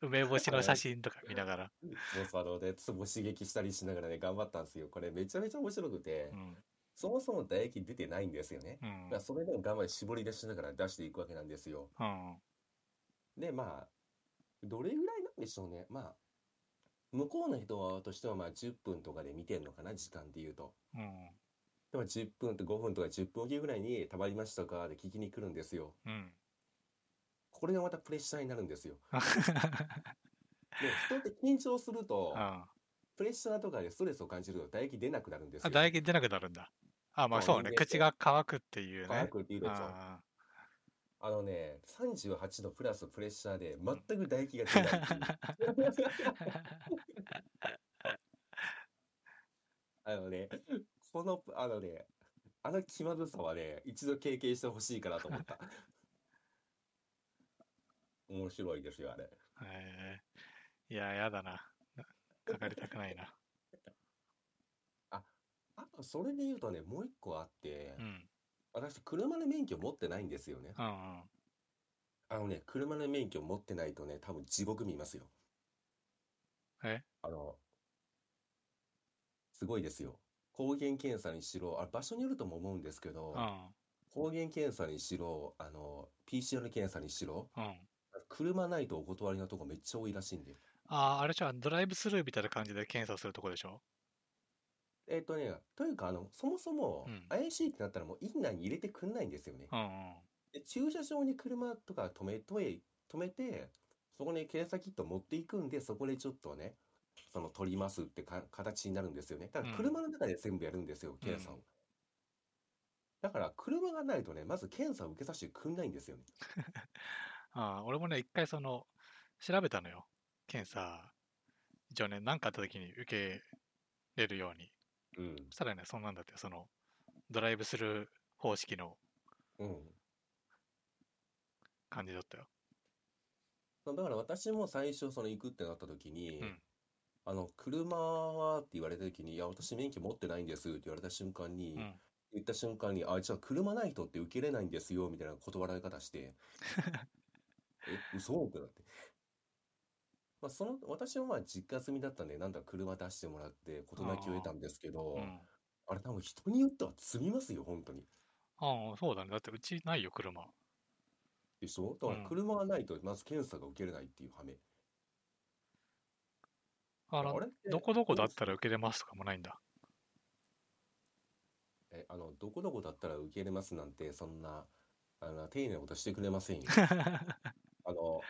Speaker 1: 梅干しの写真とか見ながら。
Speaker 2: そうそう、あのね、ツボ刺激したりしながらね、頑張ったんですよ。これめちゃめちゃ面白くて
Speaker 1: う、ん。
Speaker 2: そもそも唾液出てないんですよね。
Speaker 1: うん
Speaker 2: だからそれでも頑張り絞り出しながら出していくわけなんですよ。
Speaker 1: うん。
Speaker 2: で、まあ、どれぐらいなんでしょうね。まあ、向こうの人としてはまあ10分とかで見てんのかな、時間で言うと。
Speaker 1: うん。
Speaker 2: でも10分と5分とか10分おきぐらいに、たまりましたかで聞きに来るんですよ。
Speaker 1: うん。
Speaker 2: これがまたプレッシャーになるんですよ。
Speaker 1: うん。
Speaker 2: で、人って緊張すると、
Speaker 1: あ、
Speaker 2: プレッシャーとかでストレスを感じると唾液出なくなるんですよ。
Speaker 1: 唾液出なくなるんだ。あ、まあ
Speaker 2: そう
Speaker 1: そうね。
Speaker 2: 人間って
Speaker 1: 口が乾くっていう
Speaker 2: 乾
Speaker 1: ね。
Speaker 2: くっていうでしょ。
Speaker 1: あ
Speaker 2: あのね、38度プラスプレッシャーで全く唾液が出ない
Speaker 1: *laughs*
Speaker 2: っていう。あのね、この、あのね、あの気まずさはね、一度経験してほしいかなと
Speaker 1: *laughs*
Speaker 2: 思った。面白いですよ、あれ。
Speaker 1: あ。えーいや、やだな。なかかりたくないな。
Speaker 2: あと、それで言うとね、もう一個あって
Speaker 1: う、ん。
Speaker 2: 私、車の免許持ってないんですよね。
Speaker 1: うんうん。
Speaker 2: あのね、車の免許持ってないとね、多分地獄見ますよ。
Speaker 1: え
Speaker 2: あの、すごいですよ。抗原検査にしろ、あ、場所によるとも思うんですけ
Speaker 1: う、
Speaker 2: ど
Speaker 1: ん。
Speaker 2: 抗原検査にしろ、あの、PCR 検査にしろ、
Speaker 1: うん。
Speaker 2: 車ないとお断りのとこめっちゃ多いらしいんで。
Speaker 1: ああ、あれじゃんドライブスルーみたいな感じで検査するとこでしょ
Speaker 2: えっとね、というか、あの、そもそも
Speaker 1: うん
Speaker 2: 怪しいってなったらもう院内に入れてくんないんですよね
Speaker 1: う。んうん。
Speaker 2: で、駐車場に車とか止めとえ、止めて、そこに検査キット持っていくんで、そこでちょっとね、その取りますってか形になるんですよね。だか
Speaker 1: う
Speaker 2: ら
Speaker 1: ん
Speaker 2: 車の中で全部やるんですよ、検査を。
Speaker 1: うん
Speaker 2: だから車がないとね、まず検査を受けさせてくんないんですよね。
Speaker 1: ああ、俺もね、一回その、調べたのよ。検査。一応ね、何かあった時に受けれるように。
Speaker 2: うん。
Speaker 1: そしたらね、そんなんだって、その、ドライブスルー方式の
Speaker 2: うん。
Speaker 1: 感じだったよ。
Speaker 2: そうだから私も最初その行くってなった時に、
Speaker 1: うん
Speaker 2: あの、車はって言われた時に、いや、私免許持ってないんですって言われた瞬間に、
Speaker 1: うん。
Speaker 2: 言った瞬間に、あ、じゃあ車ない人って受けれないんですよ、みたいな断られ
Speaker 1: *laughs*
Speaker 2: 方して、え、嘘ってなって。まあ、その、私はまあ実家住みだったんで、なんだか車出してもらって事なきを得たんですけど
Speaker 1: う、ん。
Speaker 2: あれ多分人によっては積みますよ、本当に。
Speaker 1: ああ、そうだね。だって、うちないよ、車。
Speaker 2: でしょだから
Speaker 1: うん
Speaker 2: 車がないとまず検査が受けれないっていう羽目。
Speaker 1: あら
Speaker 2: あれって
Speaker 1: どこどこだったら受けれますとかもないんだ。
Speaker 2: え、あの、どこどこだったら受け入れますなんて、そんな、あの、丁寧なことしてくれ
Speaker 1: *laughs*
Speaker 2: ませんよ。あの、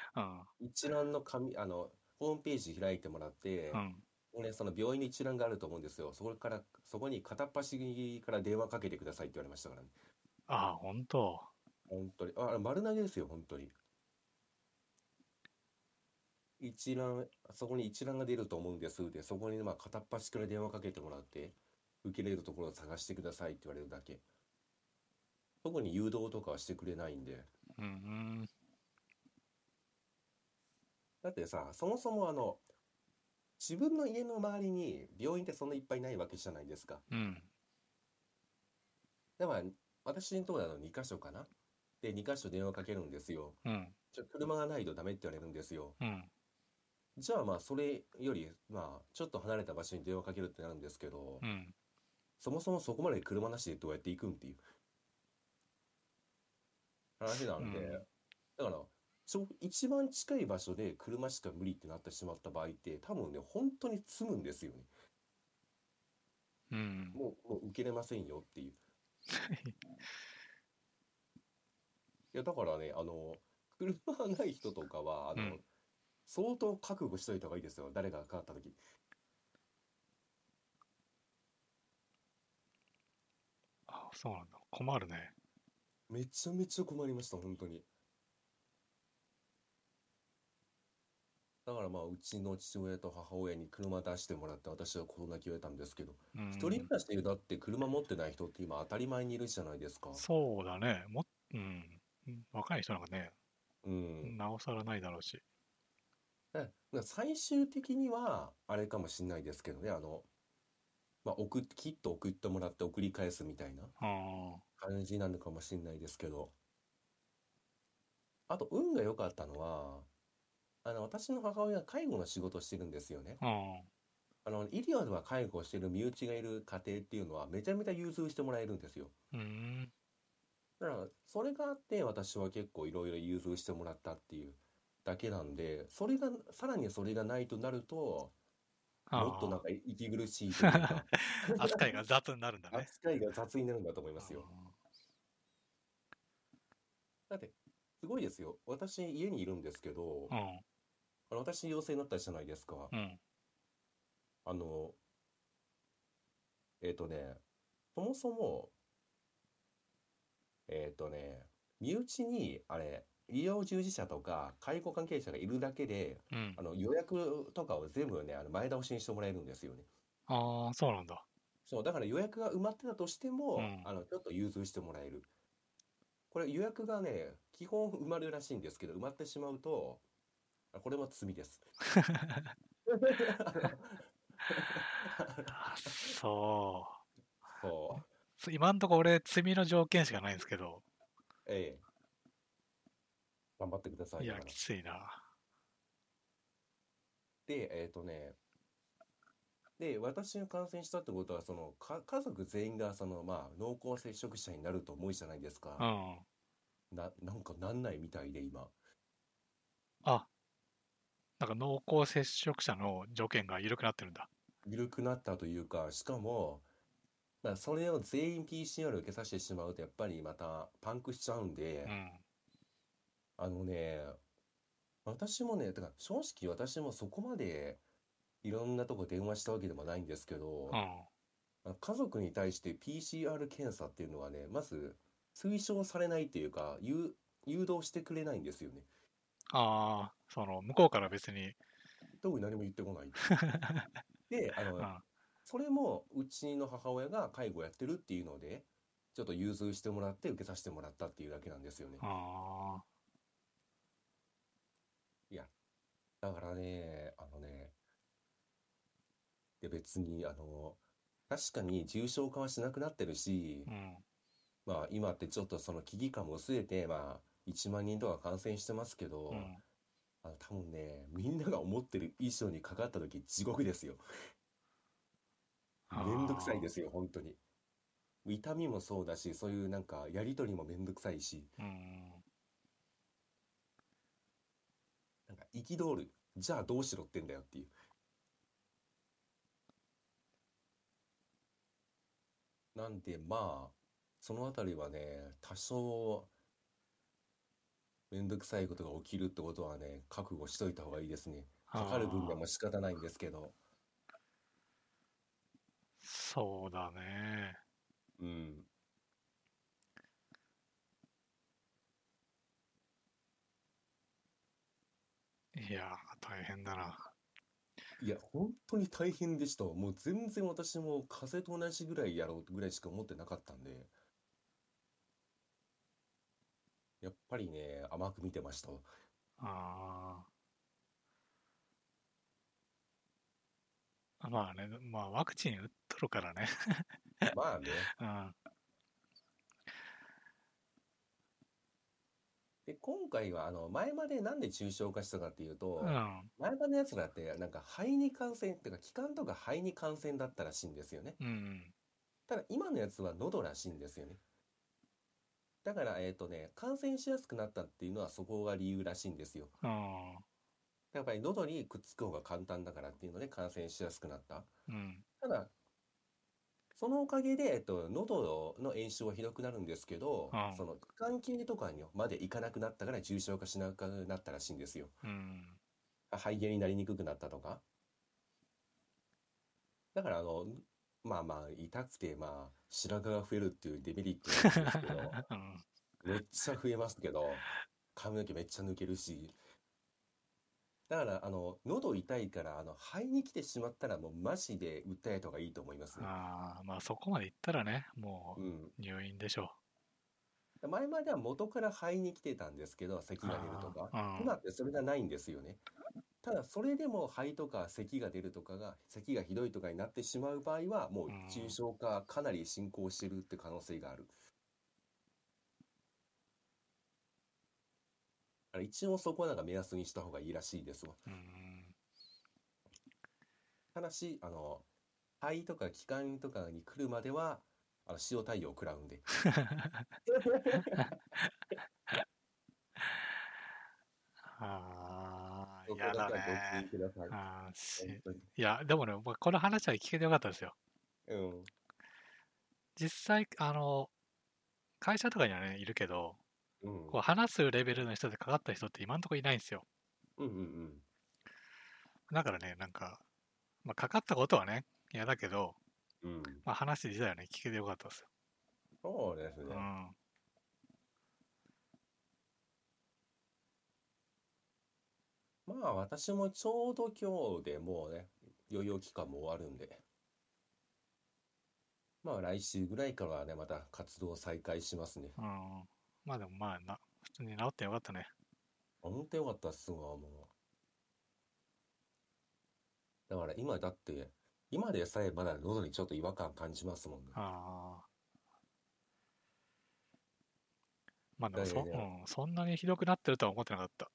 Speaker 1: うん。
Speaker 2: 一覧の紙、あの、ホームページ開いてもらって
Speaker 1: う、ん。
Speaker 2: これ、その病院の一覧があると思うんですよ。そこから、そこに片っ端から電話かけてくださいって言われましたからね。
Speaker 1: ああ、本当。
Speaker 2: 本当に。あ、あれ丸投げですよ、本当に。一覧、そこに一覧が出ると思うんですで、そこにまあ片っ端から電話かけてもらって、受けれるところを探してくださいって言われるだけ。特に誘導とかはしてくれないんで。
Speaker 1: うんうん。
Speaker 2: だってさ、そもそもあの、自分の家の周りに病院ってそんないっぱいないわけじゃないですか。
Speaker 1: うん。
Speaker 2: だから、私のところだと2箇所かな。で、2箇所電話かけるんですよ。
Speaker 1: うん。
Speaker 2: ちょ、車がないとダメって言われるんですよ。
Speaker 1: うん。
Speaker 2: じゃあまあそれよりまあちょっと離れた場所に電話かけるってなるんですけど、
Speaker 1: うん。
Speaker 2: そもそもそこまで車なしでどうやって行くんっていう話なんで、
Speaker 1: うん
Speaker 2: だからそう一番近い場所で車しか無理ってなってしまった場合って多分ね本当に積むんですよね
Speaker 1: うん。
Speaker 2: もうもう受けれませんよって
Speaker 1: *laughs*
Speaker 2: いういやだからねあの車がない人とかはあの、
Speaker 1: うん
Speaker 2: 相当覚悟しといた方がいいですよ誰がかかった時
Speaker 1: あそうなんだ。困るね。
Speaker 2: めちゃめちゃ困りました、本当に。だからまあ、うちの父親と母親に車出してもらって、私は事なきを得たんですけど、
Speaker 1: うん
Speaker 2: 一人暮らしでだって車持ってない人って今当たり前にいるじゃないですか。
Speaker 1: そうだね。もっ、うん。若い人なんかね、
Speaker 2: うん。
Speaker 1: なおさらないだろうし。
Speaker 2: だから最終的には、あれかもしんないですけどね、あの、まあ、送っ、きっと送ってもらって送り返すみたいな
Speaker 1: うん。
Speaker 2: 感じなのかもしんないですけど。あと、運が良かったのは、あの、私の母親が介護の仕事をしてるんですよね。
Speaker 1: うん。
Speaker 2: あの、医療では介護をしている身内がいる家庭っていうのはめちゃめちゃ融通してもらえるんですよ。
Speaker 1: うん。
Speaker 2: だから、それがあって私は結構いろいろ融通してもらったっていうだけなんで、それが、さらにそれがないとなると、
Speaker 1: あ
Speaker 2: もっとなんか息苦しいというか、
Speaker 1: あ扱いが雑になるんだね。
Speaker 2: 扱いが雑になるんだと思いますよ。だって、すごいですよ。私家にいるんですけど
Speaker 1: う、ん。
Speaker 2: あの私陽性になったじゃないですか。
Speaker 1: うん。
Speaker 2: あの、えっとね、そもそも、えっとね、身内に、あれ、医療従事者とか介護関係者がいるだけで、
Speaker 1: うん
Speaker 2: あ。の予約とかを全部ね、あの前倒しにしてもらえるんですよね。
Speaker 1: ああ、そうなんだ。
Speaker 2: そう、だから予約が埋まってたとしても
Speaker 1: うん、
Speaker 2: あの、ちょっと融通してもらえる。これ予約がね、基本埋まるらしいんですけど、埋まってしまうと、あこれも罪
Speaker 1: *laughs*
Speaker 2: です。
Speaker 1: あそ
Speaker 2: そう。
Speaker 1: う。今んとこ俺、罪の条件しかないんですけど、
Speaker 2: ええ。頑張ってください。
Speaker 1: いや
Speaker 2: だ、から
Speaker 1: きついな。
Speaker 2: で、えっとね。で、私が感染したってことは、その、か、家族全員が、その、まあ、濃厚接触者になると思うじゃないです
Speaker 1: う
Speaker 2: か。
Speaker 1: ん。
Speaker 2: な、なんかなんないみたいで、今。
Speaker 1: あ、なんか濃厚接触者の条件が緩くなってるんだ。
Speaker 2: 緩くなったというか、しかも、まあ、それを全員 PCR 受けさせてしまうと、やっぱりまたパンクしちゃうんで
Speaker 1: う、ん。
Speaker 2: あのね、私もね、だから正直私もそこまで、いろんなとこ電話したわけでもないんですけど、
Speaker 1: うん。
Speaker 2: あ家族に対して PCR 検査っていうのはね、まず推奨されないっていうか、誘、誘導してくれないんですよね。
Speaker 1: ああ、その、向こうから別に、
Speaker 2: 特に何も言ってこない。で、
Speaker 1: *laughs*
Speaker 2: あの、
Speaker 1: うん。
Speaker 2: それもうちの母親が介護やってるっていうので、ちょっと融通してもらって受けさせてもらったっていうだけなんですよね。
Speaker 1: ああ、
Speaker 2: だからね、あのね、で別に、あの、確かに重症化はしなくなってるし
Speaker 1: う、ん。
Speaker 2: まあ今ってちょっとその危機感も薄れて、まあ1万人とか感染してますけど、
Speaker 1: うん。
Speaker 2: あの、多分ね、みんなが思ってる以上にかかった時地獄ですよ。めんどくさいですよ、本当に。痛みもそうだし、そういうなんか、やりとりもめんどくさいし、
Speaker 1: あー。うん。
Speaker 2: 憤る。じゃあどうしろってんだよっていう。なんでまあ、そのあたりはね、多少、めんどくさいことが起きるってことはね、覚悟しといた方がいいですね。かかる分には
Speaker 1: あー
Speaker 2: まあ仕方ないんですけど。
Speaker 1: そうだね。
Speaker 2: うん。
Speaker 1: いやー、大変だな。
Speaker 2: いや、本当に大変でした。もう全然私も風邪と同じぐらいやろうぐらいしか思ってなかったんで。やっぱりね、甘く見てました。
Speaker 1: あーまあね、まあワクチン打っとるからね。
Speaker 2: まあね。
Speaker 1: うん。
Speaker 2: で、今回は、あの、前までなんで重症化したかっていう
Speaker 1: う
Speaker 2: と、
Speaker 1: ん。
Speaker 2: 前までのやつらって、なんか肺に感染、っていうか、気管とか肺に感染だったらしいんですよね。
Speaker 1: うん。
Speaker 2: ただ、今のやつは喉らしいんですよね。だから、えっとね、感染しやすくなったっていうのはそこが理由らしいんですよ。
Speaker 1: うん。
Speaker 2: やっぱり喉にくっつく方が簡単だからっていうので感染しやすくなった。
Speaker 1: うん。
Speaker 2: ただ、そのおかげで、えっと、喉の炎症はひどくなるんですけど
Speaker 1: うん、
Speaker 2: その、気管系とかにまでいかなくなったから重症化しなくなったらしいんですよ。
Speaker 1: うん。
Speaker 2: 肺炎になりにくくなったとか。だから、あの、まあまあ、痛くて、まあ、白髪が増えるっていうデメリットなんですけど、
Speaker 1: うん
Speaker 2: めっちゃ増えますけど、髪の毛めっちゃ抜けるし。だから、あの、喉痛いから、あの、肺に来てしまったら、もうマジで訴えた方がいいと思いますね。
Speaker 1: あーまあそこまで行ったらね、も
Speaker 2: うん。
Speaker 1: う入院でしょ
Speaker 2: 前までは元から肺に来てたんですけど、咳
Speaker 1: う。
Speaker 2: が出るとか。
Speaker 1: あー
Speaker 2: 今ってそれがないんですよね。ただ、それでも肺とか咳が出るとかが、咳がひどいとかになってしまう場合は、もう
Speaker 1: うん
Speaker 2: 重症化かなり進行してるって可能性がある。だから一応そこはなんか目安にした方がいいらしいですわ。
Speaker 1: うん。うん。
Speaker 2: ただし、あの、肺とか気管とかに来るまでは、あの、塩対応を食らうんで。
Speaker 1: ああ、
Speaker 2: そこ
Speaker 1: 嫌だ
Speaker 2: だけはご注
Speaker 1: ね
Speaker 2: 意。ください。
Speaker 1: あーし
Speaker 2: 本当に。
Speaker 1: いや、でもね、まあこの話は聞けてよかったですよ。
Speaker 2: うん。
Speaker 1: 実際、あの、会社とかにはね、いるけど、
Speaker 2: うん。
Speaker 1: こう話すレベルの人でかかった人って今のところいないんですよ。
Speaker 2: うんうんうん。
Speaker 1: だからね、なんか、まあ、かかったことはね、嫌だけど、
Speaker 2: うん。
Speaker 1: まあ、話自体はね、聞けてよかったですよ。
Speaker 2: そうです
Speaker 1: う。
Speaker 2: ね
Speaker 1: ん。
Speaker 2: まあ私もちょうど今日でもうね、療養期間も終わるんで。まあ来週ぐらいからはね、また活動を再開しますね。
Speaker 1: うん。まあでもまあな、普通に治ってよかったね。
Speaker 2: 本当よかったっすわ、もう。だから今だって、今でさえまだ喉にちょっと違和感感じますもんね。
Speaker 1: ああ。まあでもそ,、
Speaker 2: だよ
Speaker 1: うん、そんなにひどくなってるとは思ってなか
Speaker 2: *laughs*
Speaker 1: った。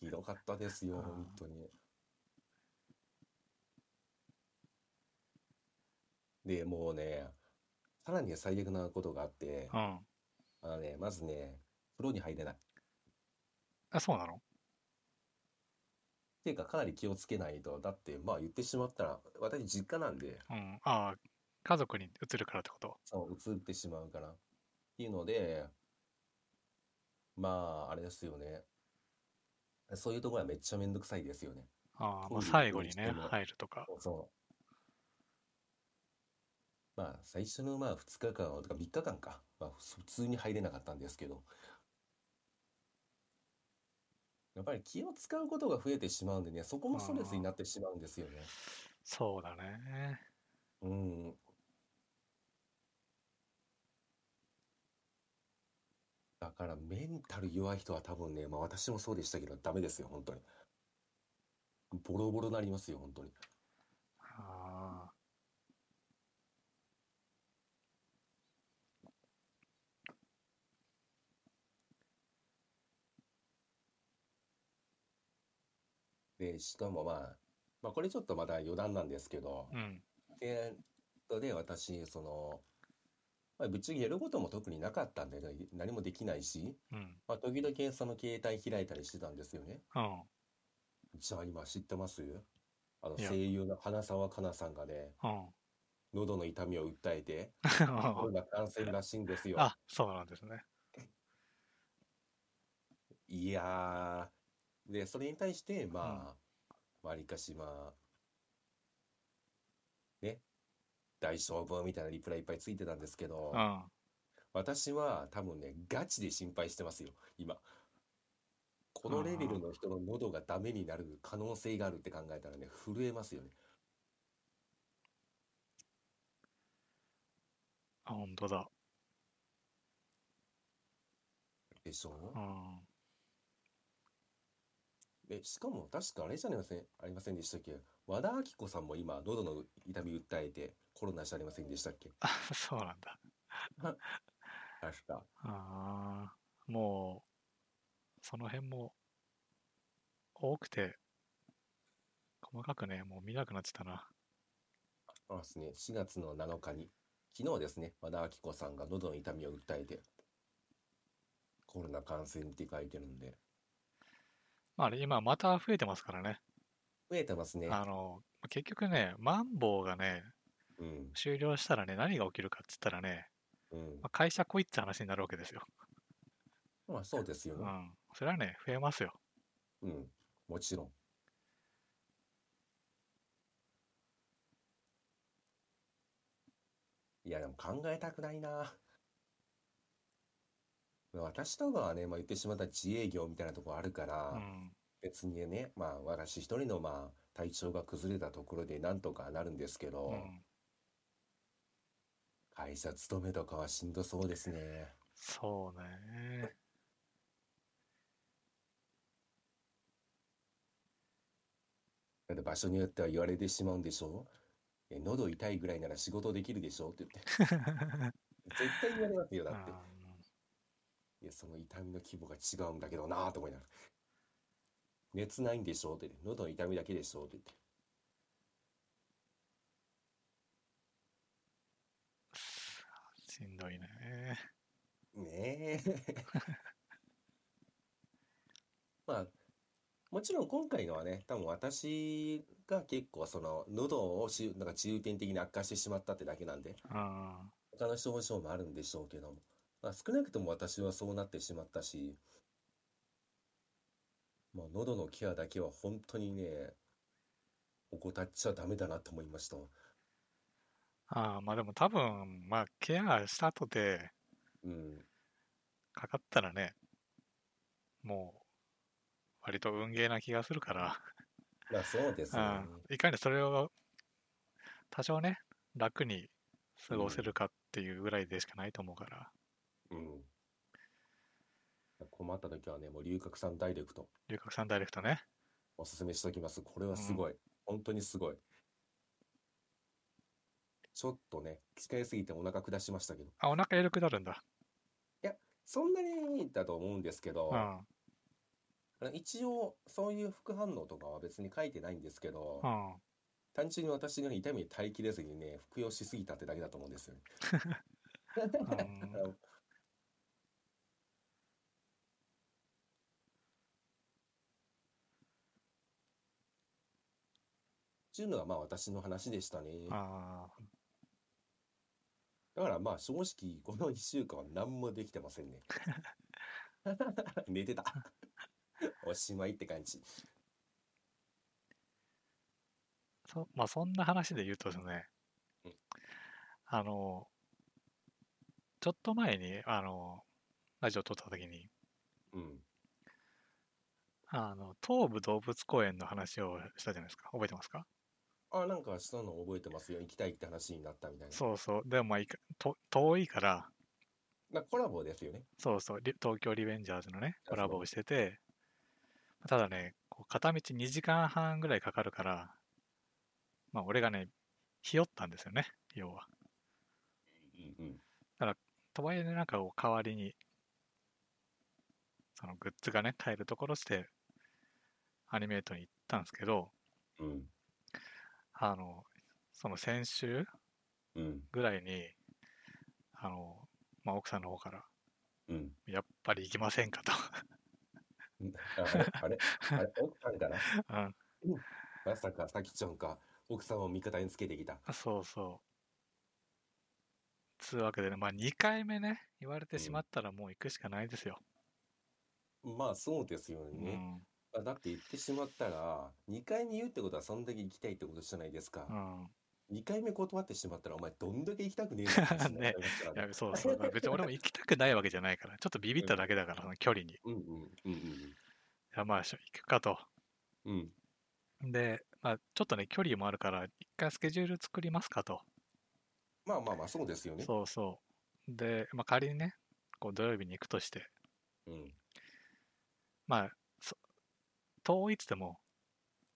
Speaker 2: ひどかったですよ、
Speaker 1: あー
Speaker 2: 本当に。で、もうね、さらに最悪なことがあって、
Speaker 1: うん。
Speaker 2: あのね、まずね、風呂に入れない。っ
Speaker 1: あ、そうなの
Speaker 2: ていうか、かなり気をつけないと。だって、まあ言ってしまったら、私実家なんで、
Speaker 1: うん。ああ、家族に移るからってこと
Speaker 2: そう、移ってしまうから。っていうので、まあ、あれですよね。そういうところはめっちゃめんどくさいですよね。
Speaker 1: ああ、ま
Speaker 2: トイ
Speaker 1: あ
Speaker 2: レ
Speaker 1: 最後に
Speaker 2: どう
Speaker 1: ね、
Speaker 2: しても
Speaker 1: 入るとか。
Speaker 2: そう。まあ、最初のまあ2日間、とか3日間か。まあ、普通に入れなかったんですけど。やっぱり気を使うことが増えてしまうんでね、そこもストレスになってしまうんですよね。
Speaker 1: そうだね。
Speaker 2: うん。だからメンタル弱い人は多分ね、まあ私もそうでしたけど、ダメですよ、本当に。ボロボロになりますよ、本当に。
Speaker 1: ああ。
Speaker 2: で、しかもまあ、まあこれちょっとまだ余談なんですけど
Speaker 1: う、ん。
Speaker 2: で、えっとね、私、その、まあ、ぶっちゃけやることも特になかったんで、何もできないし、
Speaker 1: うん。
Speaker 2: まあ、時々その携帯開いたりしてたんですよね。
Speaker 1: うん。
Speaker 2: じゃあ今知ってますあの
Speaker 1: いや
Speaker 2: 声優の花澤香菜さんがね、
Speaker 1: *laughs* うん。
Speaker 2: 喉の痛みを訴えて、コロナ感染らしいんですよ。
Speaker 1: あ、そうなんですね。
Speaker 2: いやー、で、それに対して、まあ、わりかし、まあ、ね、大丈夫みたいなリプライいっぱいついてたんですけど
Speaker 1: う、ん。
Speaker 2: 私は多分ね、ガチで心配してますよ、今。このレベルの人の喉がダメになる可能性があるって考えたらね、震えますよね。
Speaker 1: あ、本当だ。
Speaker 2: でしょ
Speaker 1: うん。
Speaker 2: え、しかも確かあれじゃありません、ありませんでしたっけ和田アキ子さんも今、喉の痛み訴えてコロナじゃありませんでしたっけ
Speaker 1: あ、そうなんだ。
Speaker 2: 確か。
Speaker 1: ああ、もう、その辺も多くて、細かくね、もう見なくなってたな。
Speaker 2: そうですね、4月の7日に、昨日ですね、和田アキ子さんが喉の痛みを訴えて、コロナ感染って書いてるんで、
Speaker 1: まあ、あれ今また増えてますからね。
Speaker 2: 増えてますね。
Speaker 1: あの、結局ね、マンボウがね、
Speaker 2: うん、
Speaker 1: 終了したらね、何が起きるかっつったらね、
Speaker 2: うん
Speaker 1: ま。あ、会社来いって話になるわけですよ。
Speaker 2: まあそうですよ
Speaker 1: う
Speaker 2: ね。
Speaker 1: ん。それはね、増えますよ。
Speaker 2: うん、もちろん。いや、でも考えたくないな。私とかはね、まあ、言ってしまったら自営業みたいなところあるか
Speaker 1: う
Speaker 2: ら、
Speaker 1: ん。
Speaker 2: 別にね、まあ、私一人の、まあ、体調が崩れたところでなんとかなるんですけ
Speaker 1: う
Speaker 2: ど、
Speaker 1: ん。
Speaker 2: 会社勤めとかはしんどそうですね。
Speaker 1: そうね。
Speaker 2: だって場所によっては言われてしまうんでしょえ喉痛いぐらいなら仕事できるでしょって言って。絶対言われますよ、だって。いや、その痛みの規模が違うんだけどなぁと思いながら。熱ないんでしょうって、喉の痛みだけでしょうって言って。
Speaker 1: しんどいね。
Speaker 2: ねえ。 *laughs* まあ、もちろん今回のはね、多分私が結構その喉をし、なんか重点的に悪化してしまったってだけなんで、
Speaker 1: うん。
Speaker 2: 他の症状もあるんでしょうけども、まあ、少なくとも私はそうなってしまったし、まあ、喉のケアだけは本当にね、怠っちゃダメだなと思いました。
Speaker 1: ああ、まあでも多分、まあケアした後で
Speaker 2: うん。
Speaker 1: かかったらね、もう割と運ゲーな気がするから、
Speaker 2: まあそうですね。
Speaker 1: うん、いかにそれを多少ね、楽に過ごせるかっていうぐらいでしかないと思うから、
Speaker 2: うん。困った時はね、もう龍角散ダイレクト
Speaker 1: 龍角散ダイレクトね。
Speaker 2: おすすめしておきます。これはすごい。本当にすごい。ちょっとね、使いすぎてお腹下しましたけど、
Speaker 1: あ、お腹緩くなるんだ。
Speaker 2: そんなにだと思うんですけど、
Speaker 1: うん、
Speaker 2: あの一応そういう副反応とかは別に書いてないんですけど、
Speaker 1: うん。
Speaker 2: 単純に私がね痛みに耐えきれずにね服用しすぎたってだけだと思うんですよね。
Speaker 1: うん
Speaker 2: *laughs* っていうのがまあ私の話でしたね。
Speaker 1: あ
Speaker 2: だからまあ正直この1週間は何もできてませんね。寝てた。おしまいって感じ。
Speaker 1: ーそまあそんな話で言うとですね
Speaker 2: うん、
Speaker 1: あの、ちょっと前に、あの、ラジオ撮った時に、
Speaker 2: うん。
Speaker 1: あの、東武動物公園の話をしたじゃないですか。覚えてますか
Speaker 2: あ、なんかしたの覚えてますよ。行きたいって話になったみたいな。
Speaker 1: そうそう。でもまあいいか、と遠いから、
Speaker 2: まあコラボですよね。
Speaker 1: そうそう、リ東京リベンジャーズのね、
Speaker 2: そ
Speaker 1: コ
Speaker 2: う
Speaker 1: ラボをしてて、ただね、こう片道2時間半ぐらいかかるから、まあ俺がね、ひよったんですよね、要は。
Speaker 2: うん。
Speaker 1: とはいえね、なんかこう代わりに、そのグッズがね、買えるところして、アニメートに行ったんですけど、
Speaker 2: うん。
Speaker 1: あの、その先週
Speaker 2: うん。
Speaker 1: ぐらいに、あの、まあ、奥さんの方から、
Speaker 2: うん。
Speaker 1: やっぱり行きませんかと。 *laughs*
Speaker 2: ああれあれあれ奥さんかな
Speaker 1: うん、
Speaker 2: まさか、さきちゃんか、奥さんを味方につけてきた。
Speaker 1: そうそう。つうわけでね、まあ、2回目ね、言われてしまったらもう行くしかないですよ。
Speaker 2: まあ、そうですよ
Speaker 1: う
Speaker 2: ね。
Speaker 1: ん。
Speaker 2: あだって言ってしまったら、2回目言うってことは、そんだけ行きたいってことじゃないですか
Speaker 1: う。ん。
Speaker 2: 2回目断ってしまったら、お前、どんだけ行きたくねえのって話になりますか
Speaker 1: *laughs*
Speaker 2: ら
Speaker 1: いや
Speaker 2: ね。
Speaker 1: そうそう。まあ別に俺も行きたくないわけじゃないから、ちょっとビビっただけだから、その距離に。い
Speaker 2: うんうんうんうん
Speaker 1: や、まあ、しょ行くかと。
Speaker 2: うん。うん
Speaker 1: で、まあ、ちょっとね、距離もあるから、一回スケジュール作りますかと。
Speaker 2: まあまあまあ、そうですよね。
Speaker 1: そうそう。で、まあ、仮にね、こう土曜日に行くとして、
Speaker 2: うん。
Speaker 1: まあ、そ遠いっつっても、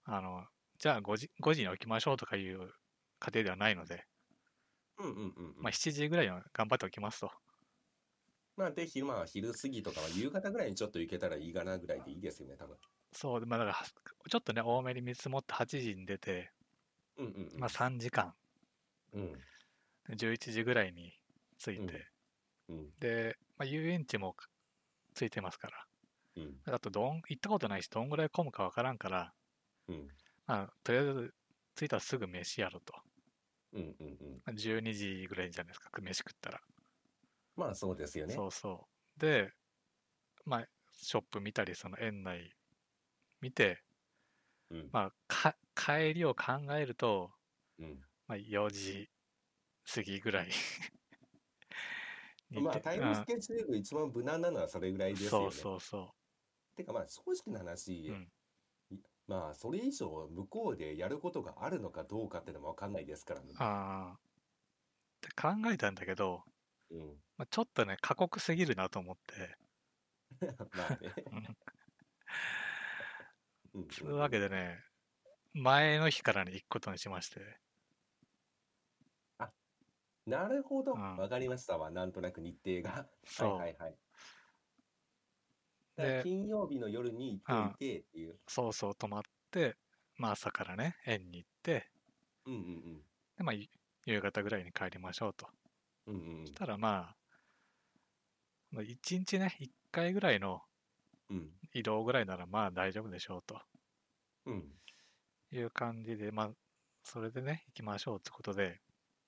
Speaker 1: あの、じゃあ5時 ,5 時に起きましょうとかいう過程ではないので、
Speaker 2: うんうんうんうん。
Speaker 1: まあ、7時ぐらいには頑張って起きますと。
Speaker 2: まあ、で、昼間は昼過ぎとかは夕方ぐらいにちょっと行けたらいいかなぐらいでいいですよね、多分。
Speaker 1: そう、でまあ、だから、はちょっとね、多めに見積もって8時に出て、
Speaker 2: うんうんうん。
Speaker 1: まあ、3時間、
Speaker 2: うん
Speaker 1: で11時ぐらいに着いて、
Speaker 2: うんうん
Speaker 1: で、まあ、遊園地もついてますか
Speaker 2: うん
Speaker 1: ら、あとどん、行ったことないし、どんぐらい混むかわからんから、
Speaker 2: うん
Speaker 1: まあ、とりあえず着いたらすぐ飯やろと。
Speaker 2: うんうんうん。
Speaker 1: まあ12時ぐらいじゃないですか、飯食ったら。
Speaker 2: まあ、そうですよね。
Speaker 1: そうそう。で、まあ、ショップ見たり、その園内見て、
Speaker 2: うん
Speaker 1: まあ、か帰りを考えると、
Speaker 2: うん。
Speaker 1: まあ、4時過ぎぐらいに
Speaker 2: まあ、
Speaker 1: て
Speaker 2: タイムスケジュール一番無難なのはそれぐらいですよ
Speaker 1: そ
Speaker 2: ね。
Speaker 1: うそうそ
Speaker 2: てかまあ正直な話、
Speaker 1: うん
Speaker 2: いまあそれ以上向こうでやることがあるのかどうかってのもわかんないですからね
Speaker 1: う。。ああ。って考えたんだけど、
Speaker 2: うん、 *laughs*
Speaker 1: まあ、ちょっとね、過酷すぎるなと思って。
Speaker 2: まあね。うんうん
Speaker 1: そういうわけでね、前の日からね、行くことにしまして。
Speaker 2: なるほど、
Speaker 1: うん
Speaker 2: わかりましたわ。なんとなく日程が。
Speaker 1: *laughs* そう
Speaker 2: はいはいはい。だから
Speaker 1: で、
Speaker 2: 金曜日の夜に行っといてっていう。
Speaker 1: そうそう泊まって、まあ朝からね、園に行って、
Speaker 2: うんうん
Speaker 1: で、まあゆ夕方ぐらいに帰りましょうと。
Speaker 2: うん。うんうん
Speaker 1: そしたらまあ、まあ一日ね、一回ぐらいの
Speaker 2: うん。うん
Speaker 1: 移動ぐらいならまあ大丈夫でしょうと
Speaker 2: うん
Speaker 1: いう感じで、まあ、それでね、行きましょうってことで、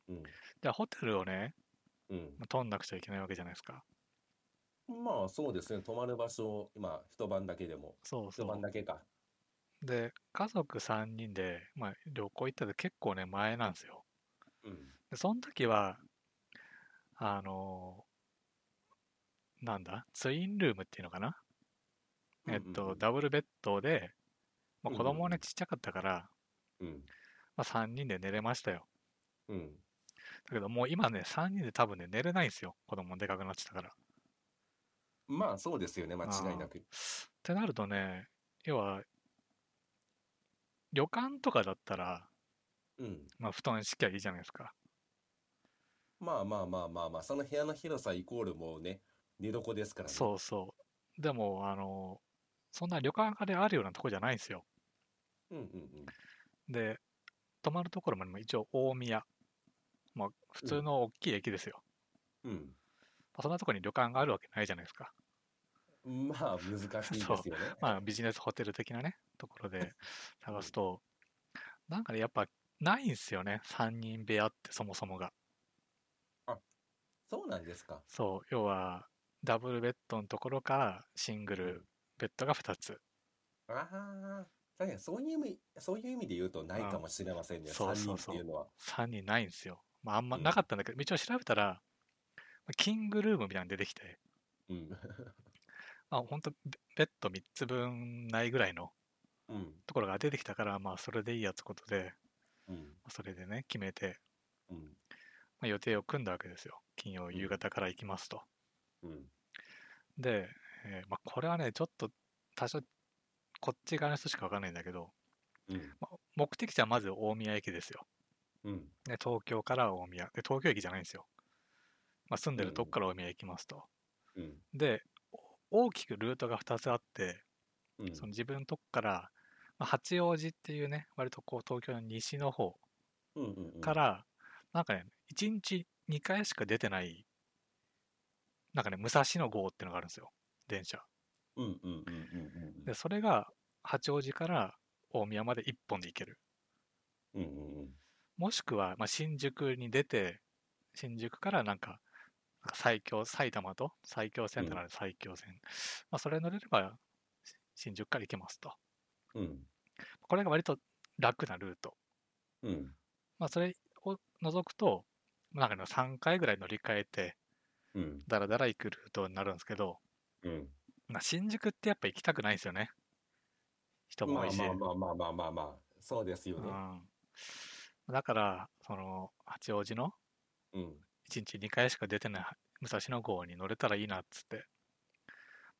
Speaker 2: うん
Speaker 1: じゃあホテルをね、
Speaker 2: うん。
Speaker 1: 取んなくちゃいけないわけじゃないですか。 *laughs*
Speaker 2: まあそうですね。泊まる場所を今一晩だけでも。
Speaker 1: そうそ
Speaker 2: 一晩
Speaker 1: う。
Speaker 2: だけか。
Speaker 1: で、家族3人で、まあ、旅行行ったって結構ね、前なんですよ。
Speaker 2: うん。
Speaker 1: で、その時は、あのーなんだ、ツインルームっていうのかな、えっ
Speaker 2: うんうんう
Speaker 1: と、
Speaker 2: ん
Speaker 1: ダブルベッドで、まあ、子
Speaker 2: うんうん
Speaker 1: 供
Speaker 2: う
Speaker 1: ね、
Speaker 2: ん
Speaker 1: ちっちゃかったから、
Speaker 2: うん。
Speaker 1: まあ、3人で寝れましたよ。
Speaker 2: うん。
Speaker 1: だけど、もう今ね、3人で多分ね、寝れないんですよ。子供でかくなってたから。っ
Speaker 2: まあそうですよね。間違いなく。
Speaker 1: てなるとね、要は、旅館とかだったら、
Speaker 2: うん。
Speaker 1: まあ、布団敷きゃいいじゃないですか。
Speaker 2: まあまあまあまあまあ、その部屋の広さイコールもうね、寝床ですからね。
Speaker 1: そうそう。でも、あのーそんな旅館であるようなとこじゃないんですよ。
Speaker 2: う。うんうんうん。
Speaker 1: で、泊まるところもね一応大宮。まあ、普通の大きい駅ですよ。まあそんなところに旅館があるわけないじゃないですか。
Speaker 2: うん。まあ難しいです
Speaker 1: そ
Speaker 2: よ
Speaker 1: う
Speaker 2: ね。
Speaker 1: まあ、ビジネスホテル的なね、ところで探すと、なんかね、やっぱないんですよね。3人部屋ってそもそもが。
Speaker 2: そうなんですか。
Speaker 1: そう、要は、ダブルベッドのところからシングルベッドが2つ。
Speaker 2: ああ、確かにそういう意味、そういう意味で言うとないかもしれませんね。
Speaker 1: そう
Speaker 2: 三
Speaker 1: そ
Speaker 2: 人
Speaker 1: う
Speaker 2: っ
Speaker 1: そ
Speaker 2: て
Speaker 1: う
Speaker 2: いうのは。
Speaker 1: 3人ないんですよ。まあ、あんま
Speaker 2: うん
Speaker 1: なかったんだけど、一応調べたら、まあキングルームみたいなの出てきて、
Speaker 2: うん。
Speaker 1: まあ、ほんとベベッド3つ分ないぐらいの
Speaker 2: うん。
Speaker 1: ところが出てきたから、まあ、それでいいやつことで、
Speaker 2: うん。
Speaker 1: それでね、決めて、
Speaker 2: うん。
Speaker 1: まあ、予定を組んだわけですよ。金曜夕方から行きますと。
Speaker 2: うん。
Speaker 1: で、えーまあ、これはね、ちょっと多少、こっち側の人しかわかんないんだけど、
Speaker 2: うん。
Speaker 1: まあ目的地はまず大宮駅ですよ。
Speaker 2: うん。
Speaker 1: で、東京から大宮。で、東京駅じゃないんですよ。まあ、住んでるとこから大宮行きますと。
Speaker 2: うん。
Speaker 1: で、お大きくルートが2つあって、
Speaker 2: うん。
Speaker 1: その自分のとこから、まあ、八王子っていうね、割とこう東京の西の方
Speaker 2: うん。うん。
Speaker 1: から、なんかね、1日2回しか出てないなんかね、武蔵野号っていうのがあるんですよ、電車。
Speaker 2: うんうんうんうん
Speaker 1: で、それが八王子から大宮まで1本で行ける。
Speaker 2: うんうんうんうん
Speaker 1: もしくは、まあ、新宿に出て、新宿からなんか、なんか埼京、埼玉と埼京線となる埼京線。まあ、それ乗れれば、し新宿から行けますと。
Speaker 2: うん
Speaker 1: これが割と楽なルート。
Speaker 2: うん
Speaker 1: まあ、それを除くと、まあなんかね、3回ぐらい乗り換えて、
Speaker 2: うん
Speaker 1: だらだら行くルートになるんですけど、
Speaker 2: うん
Speaker 1: まあ、新宿ってやっぱ行きたくないんですよね。人も
Speaker 2: ま
Speaker 1: 多いし。
Speaker 2: あまあまあまあまあまあそうですよね
Speaker 1: うん、だから、その、八王子の
Speaker 2: うん
Speaker 1: 1日2回しか出てない武蔵野号に乗れたらいいなっつって。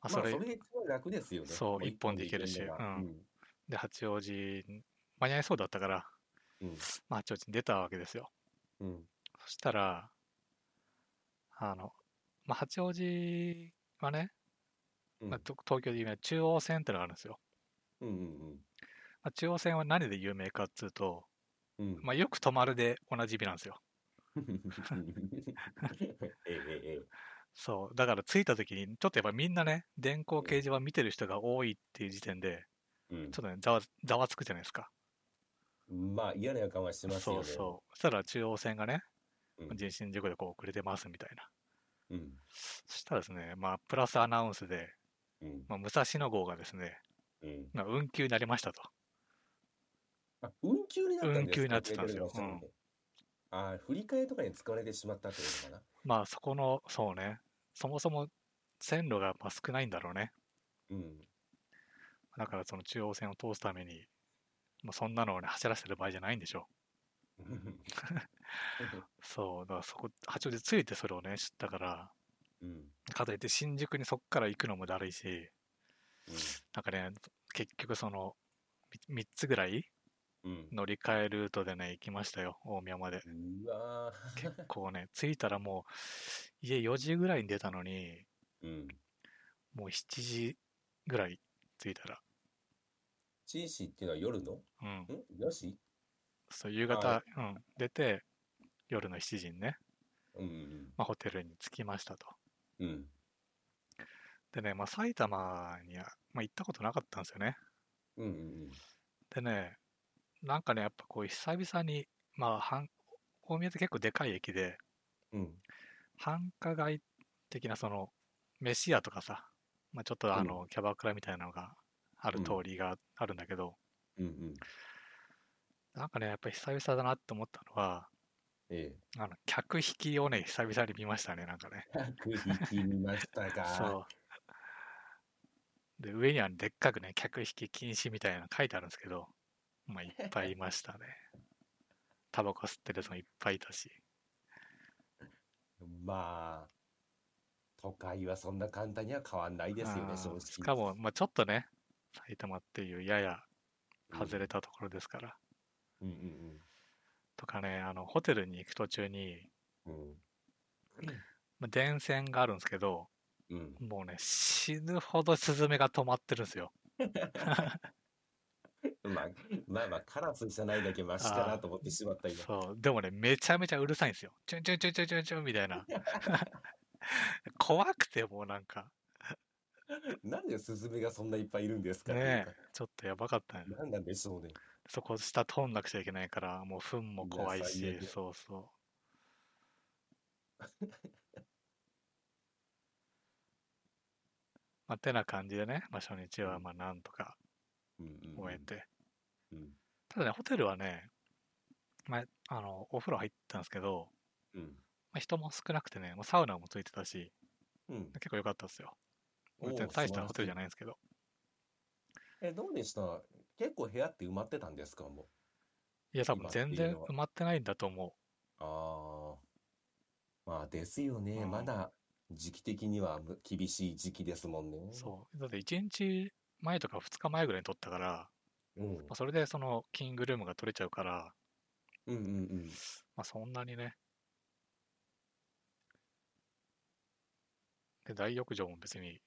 Speaker 1: まあ、
Speaker 2: ま
Speaker 1: そ
Speaker 2: あ
Speaker 1: れ
Speaker 2: それが一番楽ですよね
Speaker 1: そう
Speaker 2: も
Speaker 1: 一本で行けるし
Speaker 2: 行けんのが
Speaker 1: うんで八王子に間に合いそうだったから、
Speaker 2: うん
Speaker 1: まあ、八王子に出たわけですよ。
Speaker 2: うん
Speaker 1: そしたら、あの、まあ、八王子はね、
Speaker 2: うん
Speaker 1: まあ、と東京で有名な中央線ってのがあるんですよ。
Speaker 2: うんうん
Speaker 1: まあ、中央線は何で有名かっつうと、
Speaker 2: うんうん
Speaker 1: まあ、よく止まるでおなじみなんですよ。
Speaker 2: *laughs* ええええ
Speaker 1: そう。だから着いた時に、ちょっとやっぱみんなね、電光掲示板見てる人が多いっていう時点で、
Speaker 2: うん
Speaker 1: ちょっとね、ざわざわつくじゃないですか。
Speaker 2: まあ嫌な予感はします
Speaker 1: そ
Speaker 2: よね
Speaker 1: うそう。そしたら中央線がね、
Speaker 2: うん
Speaker 1: 人身事故でこう遅れてますみたいな。
Speaker 2: うん
Speaker 1: そしたらですね、まあ、プラスアナウンスで、
Speaker 2: うん
Speaker 1: まあ、武蔵野号がですね、
Speaker 2: うん
Speaker 1: まあ、運休になりましたと。
Speaker 2: あ運休になったんです
Speaker 1: 運休になってたんですよ
Speaker 2: 出てるのがああ振り替えとかに使われてしまったってことかな
Speaker 1: まあ、そこの、そうね、そもそも線路がまあ少ないんだろうね。 *laughs*
Speaker 2: うん
Speaker 1: だから、その中央線を通すために、まあ、そんなのをね、走らせてる場合じゃないんでしょう。そう、だからそこ、八王子ついてそれをね、知ったから、
Speaker 2: うんうん
Speaker 1: かといって新宿にそっから行くのもだるいし、なんかね、結局その、3つぐらい
Speaker 2: うん
Speaker 1: 乗り換えルートでね、行きましたよ、大宮まで。
Speaker 2: うわー
Speaker 1: 結構ね、着いたらもう、家4時ぐらいに出たのに、
Speaker 2: うん
Speaker 1: もう7時ぐらい着いたら、
Speaker 2: チーシーっていうのは夜の
Speaker 1: うん、
Speaker 2: んよし
Speaker 1: そう夕方、うん、出て、夜の7時にね、
Speaker 2: うん
Speaker 1: まあ、ホテルに着きましたと。
Speaker 2: うんうん
Speaker 1: でね、まあ、埼玉には、まあ、行ったことなかったんですよね。
Speaker 2: うんうんうん
Speaker 1: でね、なんかね、やっぱこう、久々に、まあ、繁大宮って結構でかい駅で、
Speaker 2: うん
Speaker 1: 繁華街的な、その、飯屋とかさ、まあ、ちょっとあの、キャバクラみたいなのがある通りがあるんだけど、
Speaker 2: うんうん
Speaker 1: なんかね、やっぱり久々だなって思ったのは、 *laughs*
Speaker 2: ええ *laughs*
Speaker 1: あの、客引きをね、久々に見ましたね、なんかね。
Speaker 2: 百匹見ましたか
Speaker 1: そう。で、上にはでっかくね、客引き禁止みたいなの書いてあるんですけど、まあ、いっぱいいましたね。タバコ吸ってる人もいっぱいいたし。
Speaker 2: まあ都会はそんな簡単には変わんないですよ
Speaker 1: あ
Speaker 2: ね
Speaker 1: ー
Speaker 2: 正直
Speaker 1: しかも、まあ、ちょっとね、埼玉っていうやや
Speaker 2: うん
Speaker 1: 外れたところですから。
Speaker 2: うんうん
Speaker 1: とかね、あの、ホテルに行く途中に、
Speaker 2: うん
Speaker 1: まあ、電線があるんですけど、
Speaker 2: うんうん
Speaker 1: もうね、死ぬほどスズメが止まってるんですよ。 *laughs*
Speaker 2: まあ、まあまあ、カラスじゃないだけマシかなと思ってしまった今。
Speaker 1: そう、でもね、めちゃめちゃうるさいんですよ。チュンチュンチュンチュンチュンチュンみたい
Speaker 2: *laughs*
Speaker 1: な。怖くてもうなんか、
Speaker 2: なんでスズメがそんないっぱいいるんですか
Speaker 1: ねえ、ちょっとやばかったね
Speaker 2: っていうかなんなんでしょうね。
Speaker 1: そこ下通んなくちゃいけないから、もう糞も怖い
Speaker 2: いや
Speaker 1: し
Speaker 2: 最悪、
Speaker 1: そうそ
Speaker 2: *laughs*
Speaker 1: う。まあ、てな感じでね、まあ、初日はまあなんとか
Speaker 2: うんうんうん
Speaker 1: 終えて。
Speaker 2: うん
Speaker 1: ただね、ホテルはね、まあ、あの、お風呂入ったんですけど、
Speaker 2: うん
Speaker 1: まあ、人も少なくてね、まあ、サウナもついてたし、
Speaker 2: うん
Speaker 1: 結構良かったですよ。
Speaker 2: おー
Speaker 1: 別に大したホテルじゃ
Speaker 2: 素晴らし
Speaker 1: ないんですけど。
Speaker 2: いえ、どうでした結構部屋って埋まってたんですかも
Speaker 1: いや、多分
Speaker 2: 今っていう
Speaker 1: 全然
Speaker 2: のは
Speaker 1: 埋まってないんだと思
Speaker 2: う。ああ。まあ、ですよね。
Speaker 1: うん
Speaker 2: まだ時期的にはむ厳しい時期ですもんね。
Speaker 1: う。そう。だって1日前とか2日前ぐらいに撮ったから、
Speaker 2: うん。
Speaker 1: まあ、それでそのキングルームが取れちゃうから、
Speaker 2: うんうんうん。
Speaker 1: まあ、そんなにね。で、大浴場も別に、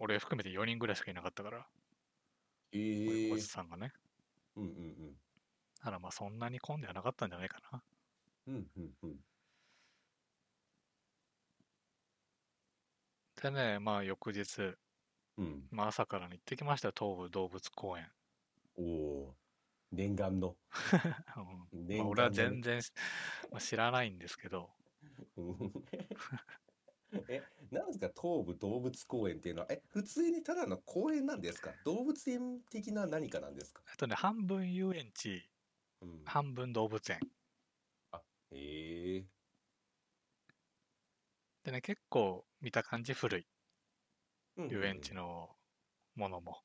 Speaker 1: 俺含めて4人ぐらいしかいなかったから、
Speaker 2: え
Speaker 1: お
Speaker 2: え
Speaker 1: じ。さんがね。
Speaker 2: うんうん
Speaker 1: だからまあそんなに混んではなかったんじゃないかな。
Speaker 2: うん。うんうんうん。
Speaker 1: でね、まあ翌日、
Speaker 2: うん。
Speaker 1: まあ、朝からに行ってきましたよ、東武動物公園。 *laughs*
Speaker 2: おおー。念願の。
Speaker 1: うん
Speaker 2: 念
Speaker 1: まあ
Speaker 2: 願
Speaker 1: 俺は
Speaker 2: の
Speaker 1: 全然し、 *laughs* まあ知らないんですけど、
Speaker 2: うん *laughs* え、なんですか、東武動物公園っていうのは、え、普通にただの公園なんですか動物園的な何かなんですか
Speaker 1: えっとね、半分遊園地、
Speaker 2: うん。
Speaker 1: 半分動物園。
Speaker 2: へえ。
Speaker 1: でね、結構見た感じ古い、
Speaker 2: うんうんうん
Speaker 1: 遊園地。のものも。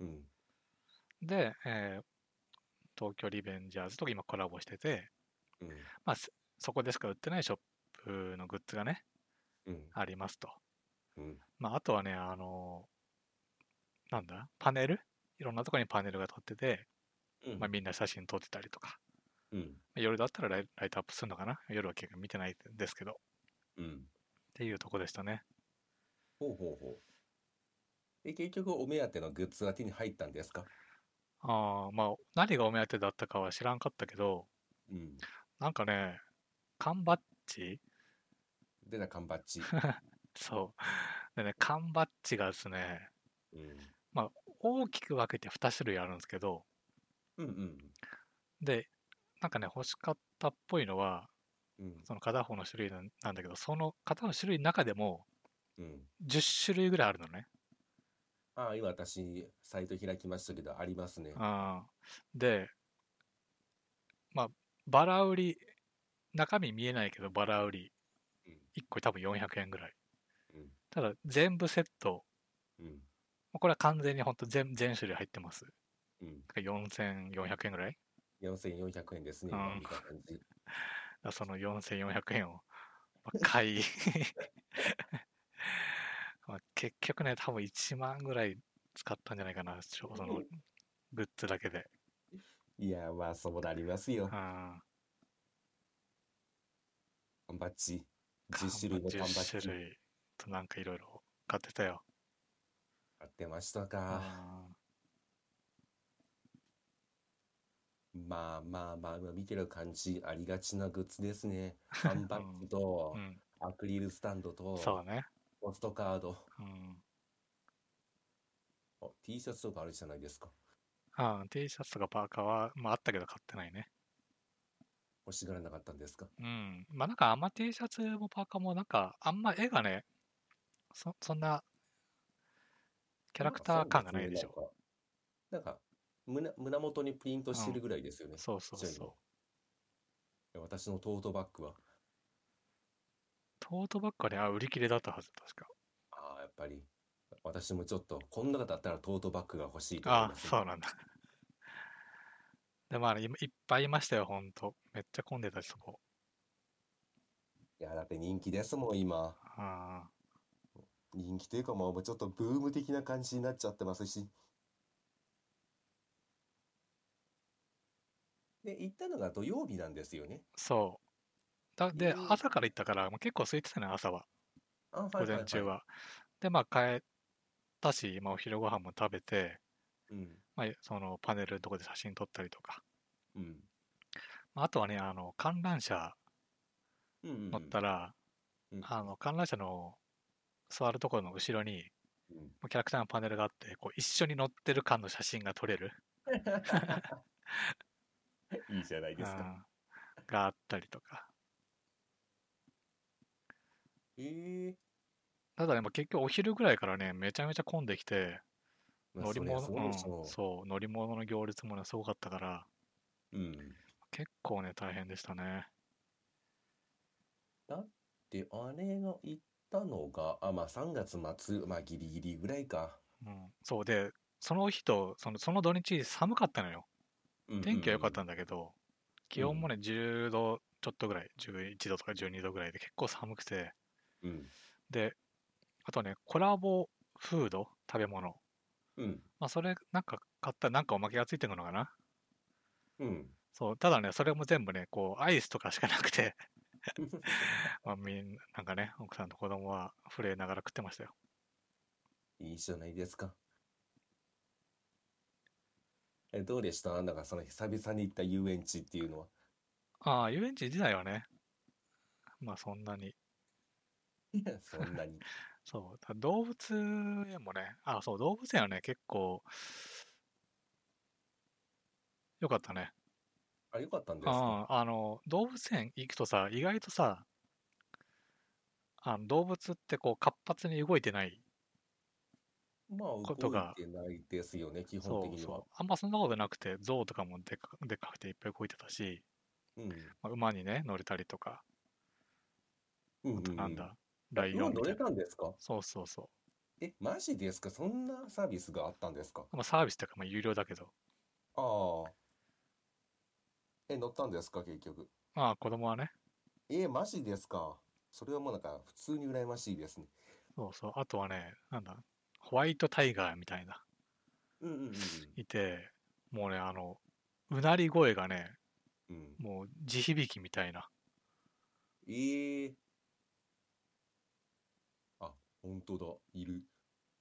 Speaker 2: うん。
Speaker 1: で、えー東京リベンジャーズと今コラボしてて、
Speaker 2: うん。
Speaker 1: まあ、そそこでしか売ってないショップのグッズがね、
Speaker 2: うん。
Speaker 1: ありますと。
Speaker 2: うん。
Speaker 1: まあ、あとはね、あのーなんだ、パネルいろんなとこにパネルが立ってて、
Speaker 2: うん。
Speaker 1: まあ、みんな写真撮ってたりとか、
Speaker 2: うん。
Speaker 1: 夜だったらライライトアップするのかな夜は結構見てないんですけど、っ
Speaker 2: うん。
Speaker 1: ていうとこでしたね。
Speaker 2: ほうほうほう。で、結局お目当てのグッズは手に入ったんですか
Speaker 1: あーまあ、何がお目当てだったかは知らんかったけど、
Speaker 2: うん。
Speaker 1: なんかね、缶バッジ
Speaker 2: でな、缶バッ *laughs* ジ。
Speaker 1: そう。でね、缶バッジがですね、
Speaker 2: うん。
Speaker 1: 大きく分けて2種類あるんですけど、
Speaker 2: うんうん。
Speaker 1: で、なんかね、欲しかったっぽいのは、
Speaker 2: うん。
Speaker 1: その片方の種類なんなんだけど、その片方の種類の中でも
Speaker 2: うん。
Speaker 1: 10種類ぐらいあるのね。
Speaker 2: ああ、今私、サイト開きましたけど、ありますね。
Speaker 1: うんで、まあ、バラ売り、中身見えないけど、バラ売り
Speaker 2: うん、
Speaker 1: 1個多分400円ぐらい
Speaker 2: うん。
Speaker 1: ただ、全部セット、
Speaker 2: うん。
Speaker 1: もうこれは完全に本当全全種類入ってます。
Speaker 2: うん。
Speaker 1: だから4400円ぐらい
Speaker 2: 4400円ですね、
Speaker 1: うん
Speaker 2: 今見た感じ。
Speaker 1: だその4400円をまあ買い *laughs* まあ結局ね多分1万ぐらい使ったんじゃないかなちょそのグッズだけで、
Speaker 2: いや、まあ、そうなりますよ
Speaker 1: うん。缶
Speaker 2: 缶バッジ。
Speaker 1: バ
Speaker 2: 10種類の缶バッ
Speaker 1: 10
Speaker 2: ジ。
Speaker 1: 種類となんかいろいろ買ってたよ
Speaker 2: 買ってましたか。まあまあまあ、今見てる感じ、ありがちなグッズですね。缶バッジと
Speaker 1: う、ん、
Speaker 2: アクリルスタンド
Speaker 1: うん、
Speaker 2: と、
Speaker 1: そうだね、
Speaker 2: ポストカード。
Speaker 1: うん
Speaker 2: あ T シャツとかあるじゃないですか。
Speaker 1: ああ T シャツとかパーカーは、まあ、あったけど買ってないね
Speaker 2: 欲しがらなかったんですか。
Speaker 1: うんまあなんかあんま T シャツもパーカーもなんかあんま絵がねそそんなキャラクター感がないでしょ
Speaker 2: ょ。なんか、胸、胸元にプリントしてるぐらいですよね。
Speaker 1: そうそう
Speaker 2: そう
Speaker 1: そう。
Speaker 2: いや私のトートバッグは、
Speaker 1: トートバッグはね、あ、売り切れだったはず、確か。
Speaker 2: ああ、やっぱり、私もちょっと、こんなだったらトートバッグが欲しいと思い
Speaker 1: あ
Speaker 2: ますね
Speaker 1: そうなんだ。 *laughs* で、まあ、ね、今いっぱいいましたよ、ほんと。めっちゃ混んでたし、そこ。
Speaker 2: いや、だって人気ですもん、今。
Speaker 1: あ
Speaker 2: 人気というか、まあ、もうちょっとブーム的な感じになっちゃってますし。で、行ったのが土曜日なんですよね。
Speaker 1: そう。だで
Speaker 2: う、ん
Speaker 1: 朝から行ったから、もう結構空いてたね、朝は。
Speaker 2: あ、はい
Speaker 1: 午
Speaker 2: はい
Speaker 1: 前中
Speaker 2: は
Speaker 1: は。で、まあ、帰ったし、まあ、お昼ご飯も食べて、
Speaker 2: い。うん。
Speaker 1: まあ、そのパネルのとこで写真撮ったりとか。
Speaker 2: うん。
Speaker 1: まあ、あとはね、あの、観覧車
Speaker 2: うんうんうん
Speaker 1: 乗ったら、
Speaker 2: うん
Speaker 1: あの、観覧車の座るところの後ろに、
Speaker 2: うん
Speaker 1: キャラクターのパネルがあってこう一緒に乗ってる間の写真が撮れる、
Speaker 2: いいじゃないです
Speaker 1: う
Speaker 2: か。
Speaker 1: んがあったりとか
Speaker 2: ええ
Speaker 1: ただねもう結局お昼ぐらいからねめちゃめちゃ混んできて
Speaker 2: まあ
Speaker 1: 乗り物
Speaker 2: そりゃそうでし
Speaker 1: うん
Speaker 2: ょ
Speaker 1: そう乗り物の行列もねすごかったから
Speaker 2: う。うん。
Speaker 1: 結構ね大変でしたね
Speaker 2: で、あれが行ったのが、あ、まあ3月末、まあギリギリぐらいか。
Speaker 1: うんそうでその日とそのその土日寒かったのよ天気は良かったんだけど、気温もね10度ちょっとぐらい11度とか12度ぐらいで結構寒くて
Speaker 2: うん。うん
Speaker 1: であとねコラボフード食べ物
Speaker 2: うん。
Speaker 1: まあ、それ、なんか買ったらなんかおまけがついてくるのかな
Speaker 2: うん。
Speaker 1: そう、ただね、それも全部ね、こう、アイスとかしかなく
Speaker 2: *laughs*
Speaker 1: て、まあ、みんな、なんかね、奥さんと子供は震えながら食ってましたよ。
Speaker 2: いいじゃないですか。え、どうでしたなんかその久々に行った遊園地っていう
Speaker 1: *laughs*
Speaker 2: のは。
Speaker 1: ああ、遊園地自体はね、まあ、そんなに、
Speaker 2: そんなに。
Speaker 1: そう、だ動物園もね、あ、そう、動物園はね、結構、よかったね。
Speaker 2: あれよかったんです
Speaker 1: う
Speaker 2: か。
Speaker 1: ん、あの、動物園行くとさ、意外とさ、あの動物ってこう活発に動いてない。
Speaker 2: まあ、
Speaker 1: こと
Speaker 2: 動い
Speaker 1: が
Speaker 2: てないですよね、基本
Speaker 1: そ
Speaker 2: 的
Speaker 1: う
Speaker 2: には
Speaker 1: そ。う。あんまそんなことなくて、象とかもでっかでっかくていっぱい動いてたし、
Speaker 2: うん。
Speaker 1: まあ、馬にね、乗れたりとか、
Speaker 2: う
Speaker 1: あ
Speaker 2: んうんう
Speaker 1: と
Speaker 2: ん
Speaker 1: なんだ、ライオ
Speaker 2: 今
Speaker 1: ンみ
Speaker 2: 乗
Speaker 1: た
Speaker 2: れ
Speaker 1: いな。
Speaker 2: たんですか
Speaker 1: そうそうそう。
Speaker 2: え、マジですかそんなサービスがあったんですか
Speaker 1: まあ、サービスとかまあ有料だけど、
Speaker 2: ああ。え、乗ったんですか結局。
Speaker 1: まあ子供はね、
Speaker 2: えー、マジですかそれはもうなんか普通に羨ましいですね。
Speaker 1: そうそう、あとはね、なんだ、ホワイトタイガーみたいな、
Speaker 2: うんうんうん
Speaker 1: いて、もうね、あの、うなり声がね、
Speaker 2: うん。うん、
Speaker 1: もう地響きみたいな、
Speaker 2: えー。あ、本当だ。いる。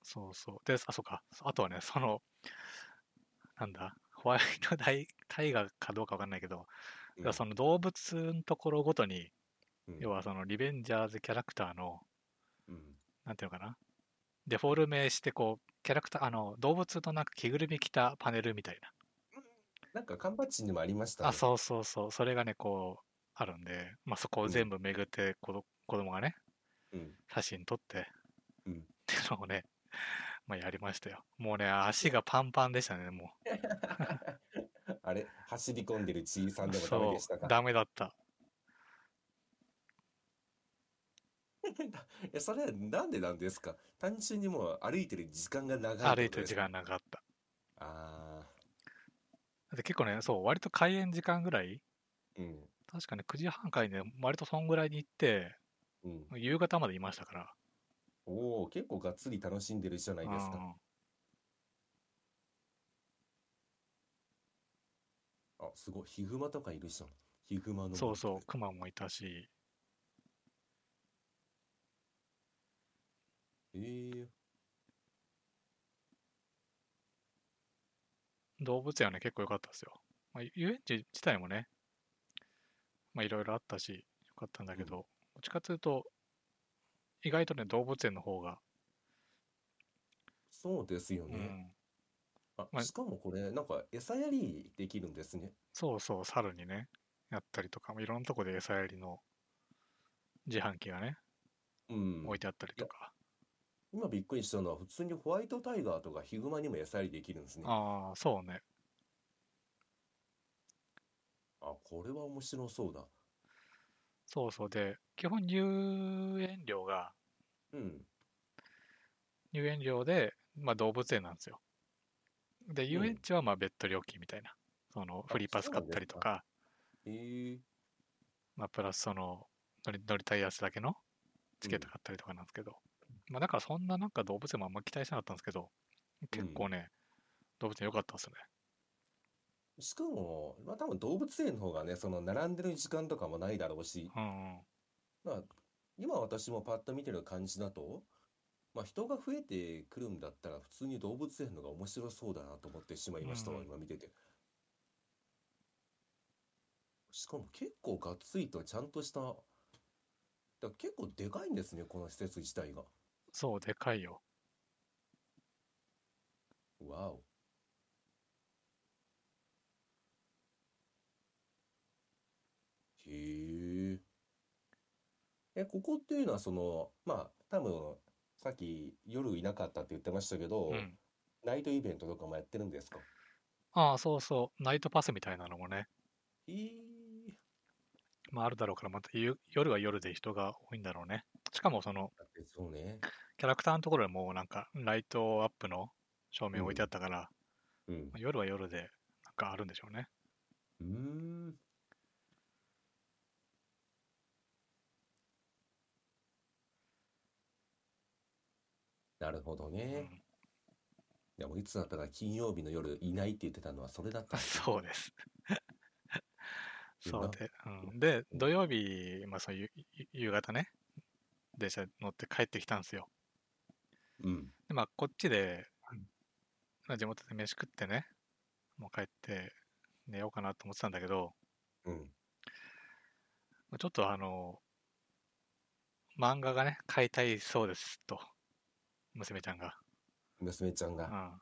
Speaker 1: そうそう。で、あ、そうか、あとはね、その、なんだ、ホワイトタイタイガーかどうかわかんないけど、
Speaker 2: うん
Speaker 1: その動物のところごとに、
Speaker 2: うん
Speaker 1: 要はそのリベンジャーズキャラクターの、
Speaker 2: うん。
Speaker 1: なんていうのかな、デフォルメして、こう、キャラクター、あの、動物のなんか着ぐるみ着たパネルみたいな。
Speaker 2: なんか缶バッジにもありましたね。
Speaker 1: あ、そうそうそう。それがね、こう、あるんで、まあ、そこを全部巡って、子ど子供がね、
Speaker 2: うん。
Speaker 1: 写真撮って、
Speaker 2: うん
Speaker 1: っていうのをね、まあ、やりましたよ。もうね、足がパンパンでしたね、も
Speaker 2: あれ、走り込んでるちいさん
Speaker 1: う。
Speaker 2: でもダメでしたか。
Speaker 1: ダメだった。
Speaker 2: いや、それはなんでなんですか単純にもう歩いてる時間が長いってこと
Speaker 1: 歩いてる時
Speaker 2: です。
Speaker 1: 間なかった。
Speaker 2: ああ、
Speaker 1: だって結構ね、そう、割と開園時間ぐらい、
Speaker 2: うん、
Speaker 1: 確かね、9時半開園で、割とそんぐらいに行って、
Speaker 2: うん。
Speaker 1: 夕方までいましたから。
Speaker 2: おお、結構がっつり楽しんでるじゃないです
Speaker 1: う
Speaker 2: か。
Speaker 1: ん
Speaker 2: あ、すごい。ヒグマとかいるじゃん。ヒグマの。
Speaker 1: そうそう、クマもいたし、
Speaker 2: ええ
Speaker 1: 動物園はね、結構良かったですよ。まあ、遊園地自体もね、まあ、いろいろあったし、良かったんだけど、どっちかというと、意外とね、動物園の方が、
Speaker 2: そうですよ
Speaker 1: う
Speaker 2: ね。
Speaker 1: ん、
Speaker 2: あ、
Speaker 1: まあ
Speaker 2: しかもこれ、なんか餌やりできるんですね。
Speaker 1: そうそう、猿にね、やったりとか、まあいろんなとこで餌やりの自販機がね、
Speaker 2: うん。
Speaker 1: 置いてあったりとか、
Speaker 2: 今びっくりしたのは、普通にホワイトタイガーとかヒグマにも餌やりできるんですね。あ、
Speaker 1: ああ、そうね、
Speaker 2: これは面白そうだ。
Speaker 1: そうそう、で、基本入園料が、
Speaker 2: うん。
Speaker 1: 入園料で、まあ、動物園なんですよ。で、遊園地はまあ別途料金みたいな、そのフリーパス
Speaker 2: そうな
Speaker 1: 買
Speaker 2: ん
Speaker 1: ったり
Speaker 2: です
Speaker 1: と
Speaker 2: か
Speaker 1: か、
Speaker 2: ええ
Speaker 1: まあ、プラスその乗り乗りたいやつだけのチケット買ったりとかなんですけど、まあだからそんななんか動物園もあんま期待しなかったんですけど結構ね、動物園良かったですね
Speaker 2: しかも、まあ多分動物園の方がね、その並んでる時間とかもないだろうし、
Speaker 1: うんうん
Speaker 2: まあ、今私もパッと見てる感じだと、まあ人が増えてくるんだったら普通に動物園の方が面白そうだなと思ってしまいましたわ、
Speaker 1: うんうん
Speaker 2: 今見てて。しかも結構がっつりとちゃんとした、だから結構でかいんですね、この施設自体が。
Speaker 1: そうでかいよ
Speaker 2: わお。へえ。え、ここっていうのはその、まあ、多分、さっき夜いなかったって言ってましたけど
Speaker 1: う、ん
Speaker 2: ナイトイベントとかもやってるんですか
Speaker 1: ああそうそうナイトパスみたいなのもね、
Speaker 2: へえ。
Speaker 1: まあ、あるだろうからまた夕夜は夜で人が多いんだろうねしかもその
Speaker 2: だってそうね。
Speaker 1: キャラクターのところでもうなんかライトアップの照明置いてあったから、
Speaker 2: うん
Speaker 1: ま。あ夜は夜でなんかあるんでしょうね
Speaker 2: うーん。なるほど
Speaker 1: う
Speaker 2: ね。
Speaker 1: ん
Speaker 2: でもいつだったか金曜日の夜いないって言ってたのはそれだったんですね
Speaker 1: *laughs* そうです
Speaker 2: いい
Speaker 1: そう
Speaker 2: な
Speaker 1: で、うん、で、土曜日、まあ、そういうゆ夕方ね、電車乗って帰ってきたんですよ。
Speaker 2: うん。
Speaker 1: で、まあ、こっちで
Speaker 2: うん、
Speaker 1: まあ、地元で飯食ってね、もう帰って寝ようかなと思ってたんだけど、
Speaker 2: うん。
Speaker 1: まあちょっとあの、漫画がね、買いたいそうですと、娘ちゃんが。
Speaker 2: 娘ちゃん
Speaker 1: うん。とい
Speaker 2: が。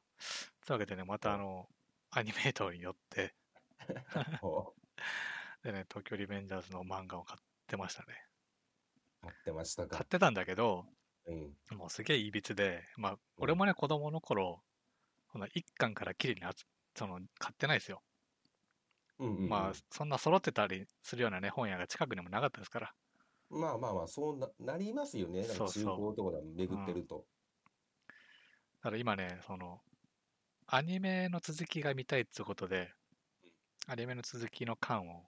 Speaker 1: うわけでね、またあの、アニメートによって、
Speaker 2: こ
Speaker 1: でね、東京リベンジャーズの漫画を買ってましたね。
Speaker 2: う買ってました
Speaker 1: 買っ
Speaker 2: か。
Speaker 1: てたんだけど、
Speaker 2: うん。
Speaker 1: もうすげえいびつで、まあ、俺もね、子供の頃、この1巻からきりにあつその買ってないですよ。
Speaker 2: うんうんうん
Speaker 1: まあ、そんな揃ってたりするようなね、本屋が近くにもなかったですから。
Speaker 2: まあまあまあ、そうな、なりますよね。なんか
Speaker 1: そうそう
Speaker 2: 中古とかで巡ってると。
Speaker 1: だから今ね、その、アニメの続きが見たいっつうことで、アニメの続きの巻を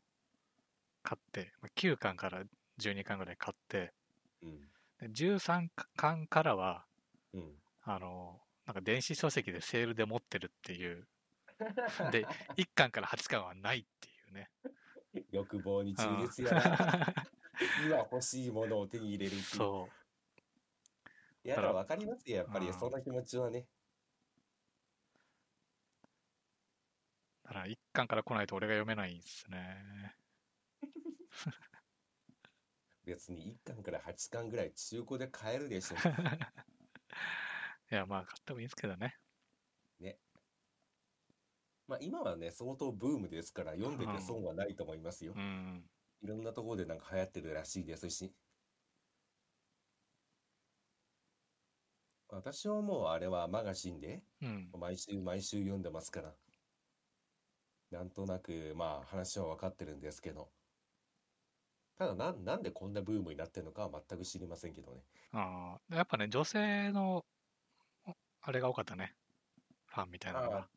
Speaker 1: 買って、まあ9巻から12巻ぐらい買って、
Speaker 2: うん。
Speaker 1: で13巻からは、
Speaker 2: うん。
Speaker 1: あの、なんか電子書籍でセールで持ってるって
Speaker 2: *laughs*
Speaker 1: いう、で、1巻から8巻はないっていうね。
Speaker 2: 欲望に忠実やな。
Speaker 1: う
Speaker 2: *laughs* 今欲しいものを手に入れるってい
Speaker 1: ん
Speaker 2: う。
Speaker 1: そう。
Speaker 2: いや、
Speaker 1: だ
Speaker 2: だ
Speaker 1: か
Speaker 2: からら分かりますよ。やっぱ
Speaker 1: うん
Speaker 2: り、そんな気持ちはね。
Speaker 1: だから1巻から来ないと俺が読めないんですね。
Speaker 2: 別に1巻から8巻ぐらい中古で買えるでしょ。
Speaker 1: *laughs* いや、まあ買ってもいいんですけどね。
Speaker 2: まあ今はね、相当ブームですから、読んでて損はないと思いますよ
Speaker 1: う。ん。
Speaker 2: いろんなところでなんか流行ってるらしいですし。私はもうあれはマガジンで
Speaker 1: うん。
Speaker 2: 毎週毎週読んでますから。なんとなく、まあ話は分かってるんですけど。ただなん、なんでこんなブームになってるのかは全く知りませんけどね。
Speaker 1: ああ、やっぱね、女性の、おあれが多かったね。ファンみたいなの
Speaker 2: あ
Speaker 1: が
Speaker 2: あ。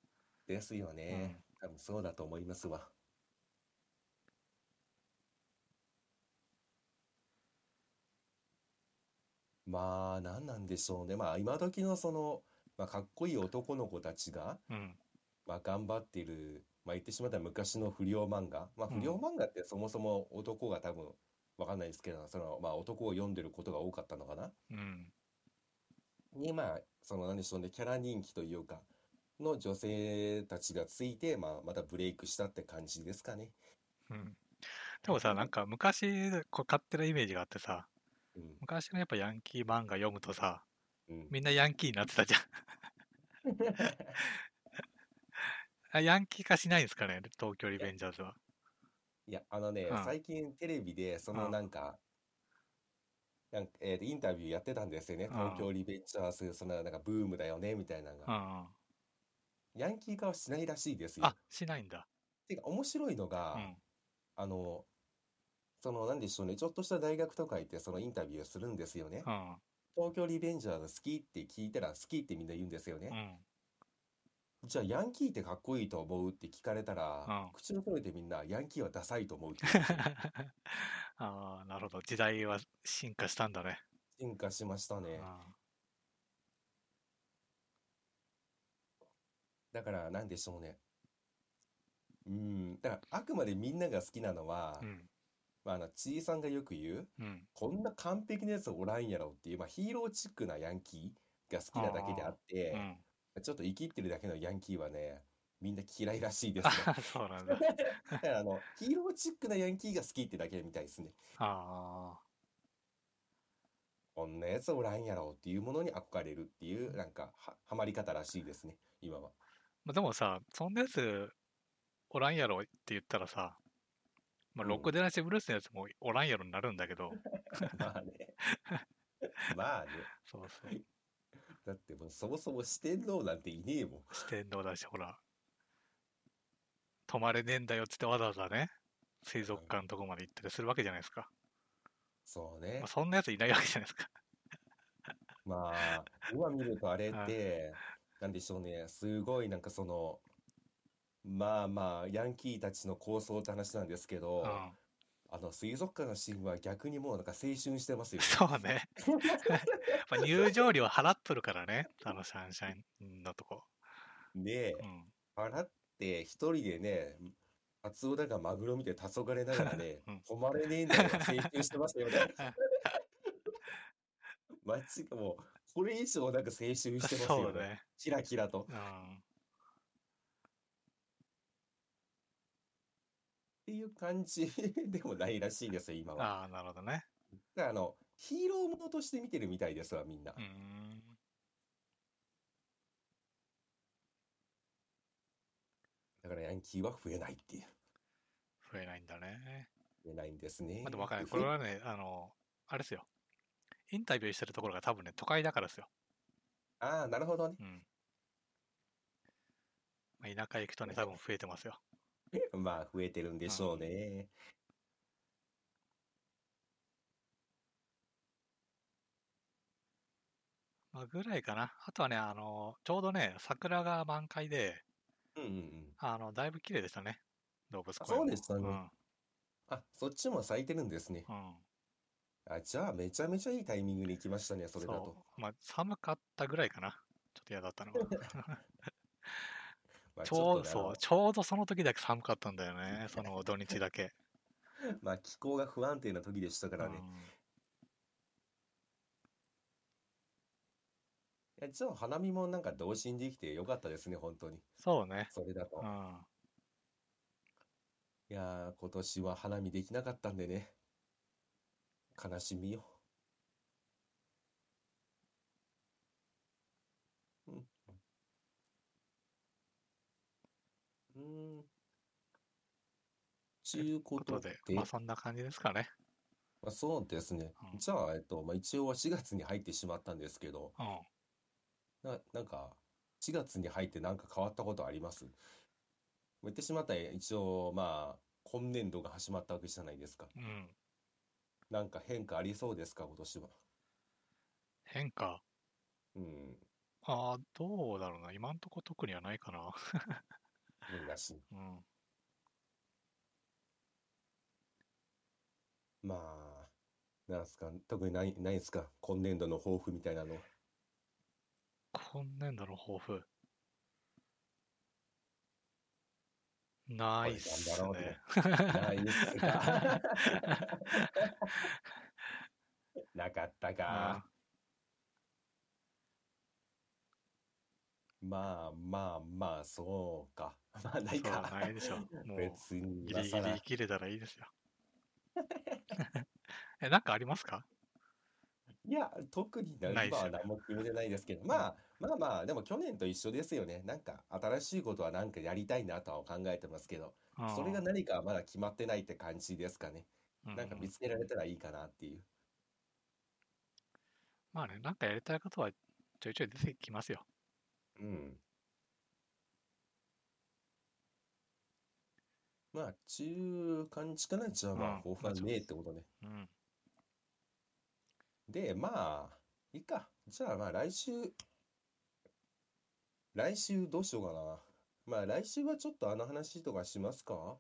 Speaker 2: ですよ
Speaker 1: う
Speaker 2: ね
Speaker 1: ん。、
Speaker 2: 多分そうだと思いますわ。まあ、何なんでしょうね。まあ、今時のその、まあ、かっこいい男の子たちが、
Speaker 1: うん。
Speaker 2: まあ、頑張っている、まあ、言ってしまったら昔の不良漫画。まあ、
Speaker 1: うん
Speaker 2: 不良漫画ってそもそも男が多分、わかんないですけど、その、まあ、男を読んでることが多かったのかな。
Speaker 1: うん。
Speaker 2: に、まあ、その、何でしょうね、キャラ人気というか、の女性たちがついて、まあ、またブレイクしたって感じですかね。
Speaker 1: うん。でもさ、なんか昔、こう買ってるイメージがあってさ、
Speaker 2: うん
Speaker 1: 昔のやっぱヤンキー漫画読むとさ、
Speaker 2: うん
Speaker 1: みんなヤンキーになってたじゃん。 *laughs* あヤンキー化しないんですかね、東京リベンジャーズは。
Speaker 2: いや、あのね
Speaker 1: う、ん
Speaker 2: 最近テレビで、その
Speaker 1: うん
Speaker 2: なんか、なんか、えーと、インタビューやってたんですよね。
Speaker 1: ん
Speaker 2: 東京リベンジャーズ、そのなんかブームだよね、みたいなの
Speaker 1: う
Speaker 2: が。
Speaker 1: ん。
Speaker 2: ヤンキー化はしないらしいですよ。
Speaker 1: あ、しないんだ。
Speaker 2: てか、面白いの
Speaker 1: う
Speaker 2: が、
Speaker 1: ん。
Speaker 2: あの、その、なんでしょうね、ちょっとした大学とか行って、そのインタビューするんですよね
Speaker 1: う。ん。
Speaker 2: 東京リベンジャーズ好きって聞いたら、好きってみんな言うんですよ
Speaker 1: う
Speaker 2: ね。
Speaker 1: ん。 *laughs*
Speaker 2: じゃあ、ヤンキーってかっこいいと思うって聞かれたら
Speaker 1: うん、
Speaker 2: 口を揃えてみんな、ヤンキーはダサいと思うって言うんですよ
Speaker 1: *laughs* ああ、なるほど。時代は進化したんだね。
Speaker 2: 進化しましたね。だから、なんでしょうね。うん、だから、あくまでみんなが好きなのは、
Speaker 1: うん。
Speaker 2: まあ、あの、ちいさんがよく言う、
Speaker 1: うん。
Speaker 2: こんな完璧なやつおらんやろっていう、まあ、ヒーローチックなヤンキーが好きなだけであっ
Speaker 1: う
Speaker 2: て、
Speaker 1: ん。
Speaker 2: ちょっと生きってるだけのヤンキーはね、みんな嫌いらしいです
Speaker 1: *laughs* あ
Speaker 2: ね。
Speaker 1: そうなんだ。
Speaker 2: だから、あの、ヒーローチックなヤンキーが好きってだけみたいですね。
Speaker 1: あ
Speaker 2: こんなやつおらんやろっていうものに憧れるっていう、なんか、は、ハマり方らしいですね、
Speaker 1: *laughs*
Speaker 2: 今は。
Speaker 1: あ。でもさ、そんなやつおらんやろって言ったらさ、まあ、
Speaker 2: うん
Speaker 1: ロックデラシブルースのやつもおらんやろになるんだけど、
Speaker 2: *laughs* まあね。まあね。
Speaker 1: そうそう。
Speaker 2: だってもうそもそも四天王なんていねえもん。
Speaker 1: 四天王だし、ほら、泊まれねえんだよっつってわざわざね、水族館のとこまで行ったりするわけじゃないですか。
Speaker 2: そうね
Speaker 1: まあ、。そんなやついないわけじゃないですか。
Speaker 2: まあ、今見るとあれって、なんでしょうね。すごいなんかその、まあまあ、ヤンキーたちの構想って話なんですけど、
Speaker 1: うん。
Speaker 2: あの、水族館のシーンは逆にもうなんか青春してますよ。
Speaker 1: そうね。 *laughs* まあ入場料払っとるからね、あのシャンシャンのとこ。
Speaker 2: で
Speaker 1: う、ん。、
Speaker 2: 払って一人でね、カツオだかマグロ見て黄昏ながらね
Speaker 1: うん
Speaker 2: 止まれねえんだよ、請求してますよ
Speaker 1: *laughs*
Speaker 2: ね。 *laughs* マジかもう、これ以上なんか青春してます
Speaker 1: そ
Speaker 2: よ
Speaker 1: うね。
Speaker 2: キラキラと。
Speaker 1: う
Speaker 2: っ
Speaker 1: ん。
Speaker 2: ていう感じ *laughs* でもないらしいですよ、今は。
Speaker 1: ああ、なるほどね。
Speaker 2: だからあの、ヒーローとして見てるみたいですわ、みんな
Speaker 1: うー。ん。
Speaker 2: だからヤンキーは増えないっていう。
Speaker 1: 増えないんだね。
Speaker 2: 増えないんですね。
Speaker 1: まあ、でもわかんない。これはね、あの、あれですよ。インタビューしてるところが多分ね、都会だからですよ。
Speaker 2: ああ、なるほどね。 *laughs*
Speaker 1: うん。まあ、田舎行くとね、多分増えてますよ。
Speaker 2: まあ、増えてるんでしょうね。
Speaker 1: まあ、ぐらいかな。あとはね、あの、ちょうどね、桜が満開で、
Speaker 2: うんうんうん。
Speaker 1: あの、だいぶ綺麗でしたね。動物
Speaker 2: あ
Speaker 1: 公園も。
Speaker 2: そうでしたね
Speaker 1: うん。
Speaker 2: あ、そっちも咲いてるんですね。
Speaker 1: うん。
Speaker 2: あ、じゃあ、めちゃめちゃいいタイミングに来ましたね、それだと。
Speaker 1: そう。まあ、寒かったぐらいかな。ちょっと嫌だ
Speaker 2: *laughs*
Speaker 1: ったのは。 *laughs*
Speaker 2: まあ、
Speaker 1: ちょうど、
Speaker 2: ちょ
Speaker 1: そう、
Speaker 2: っ
Speaker 1: ちょうどその時だけ寒かったんだよ
Speaker 2: *laughs*
Speaker 1: ね。その土日だけ。
Speaker 2: となまあ、気候が不安定な時でしたからね。いや、じゃあ、花見もなんか同心できてよかったですね、本当に。
Speaker 1: そうね。
Speaker 2: それだと
Speaker 1: う。ん。
Speaker 2: いやー、今年は花見できなかったんでね。悲しみよ。うん。うーん。ちゅう
Speaker 1: とい
Speaker 2: こ
Speaker 1: うこと
Speaker 2: と
Speaker 1: で
Speaker 2: で、、
Speaker 1: まあそんな感じですかね。
Speaker 2: まあ、そうですね
Speaker 1: う。ん
Speaker 2: じゃあ、えっと、まあ、一応は4月に入ってしまったんですけど、
Speaker 1: うん。
Speaker 2: な、なんか、4月に入ってなんか変わったことあります言ってしまったら、一応、まあ、今年度が始まったわけじゃないですか。
Speaker 1: うん。
Speaker 2: なんか変化ありそうですか、今年は。
Speaker 1: 変化。
Speaker 2: うん。
Speaker 1: ああ、どうだろうな。今んとこ特にはないかな。
Speaker 2: うんらしい。
Speaker 1: うん。
Speaker 2: まあ、なんすか、特にない、ないですか、今年度の抱負みたいなの。
Speaker 1: 今年度の抱負。ないっす
Speaker 2: こ
Speaker 1: ね。
Speaker 2: れ頑張
Speaker 1: *laughs*
Speaker 2: ろうね。ないですか。 *laughs* なかったか。まあまあまあ、そうか。 *laughs* まあ、
Speaker 1: うん
Speaker 2: な
Speaker 1: そ
Speaker 2: いう
Speaker 1: は
Speaker 2: か。
Speaker 1: ないでしょ。もう、
Speaker 2: 別に
Speaker 1: ギ
Speaker 2: 今
Speaker 1: リギリ
Speaker 2: 更
Speaker 1: 生きれたらいいですよ。 *laughs* え、なんかありますか
Speaker 2: いや、特にな
Speaker 1: ないです
Speaker 2: 今は
Speaker 1: よね
Speaker 2: 何も決めてないですけど、まあまあまあ、でも去年と一緒ですよね。なんか新しいことはなんかやりたいなとは考えてますけど、それが
Speaker 1: うん
Speaker 2: 何かはまだ決まってないって感じですかね。
Speaker 1: うん
Speaker 2: なんか見つけられたらいいかなっていう。
Speaker 1: まあね、なんかやりたいことはちょいちょい出てきますよ。
Speaker 2: うん。まあ、ちゅう感じかな。じゃあまあ
Speaker 1: うん、
Speaker 2: 抱負はねえってことね。
Speaker 1: うん。
Speaker 2: で、まあ、いいか。じゃあまあ、来週、来週どうしようかな。まあ、来週はちょっとあの話とかしますか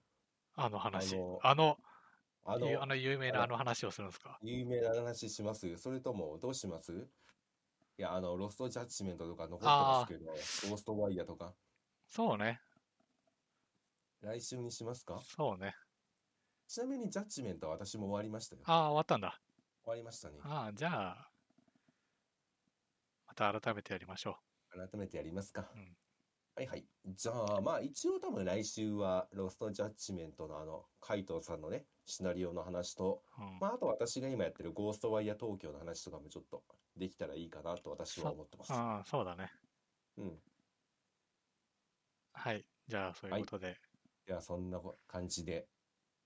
Speaker 1: あの話
Speaker 2: あの。
Speaker 1: あの、
Speaker 2: あ
Speaker 1: ゆ
Speaker 2: の
Speaker 1: あ、の有名な
Speaker 2: あの
Speaker 1: あの話をするんですか
Speaker 2: 有名な話しますそれとも、どうしますいや、あの、ロストジャッジメントとか残ってますけど、ゴーストワイヤーとか、
Speaker 1: そうね。
Speaker 2: 来週にしますか
Speaker 1: そうね。
Speaker 2: ちなみにジャッジメントは私も終わりましたよ。終
Speaker 1: ああ、終わったんだ。
Speaker 2: わりましたね。
Speaker 1: ああ、じゃあ、また改めてやりましょ
Speaker 2: 改めてやりますか。
Speaker 1: うん
Speaker 2: はいはい。じゃあ、まあ一応多分来週はロストジャッジメントのあの、海藤さんのね、シナリオの話と、
Speaker 1: う。うん
Speaker 2: まああと私が今やってるゴーストワイヤー東京の話とかもちょっとできたらいいかなと私は思ってます。
Speaker 1: ああ、そうだね。
Speaker 2: うん。
Speaker 1: はい。じゃあ、そういうことで、
Speaker 2: ではそんな感じで、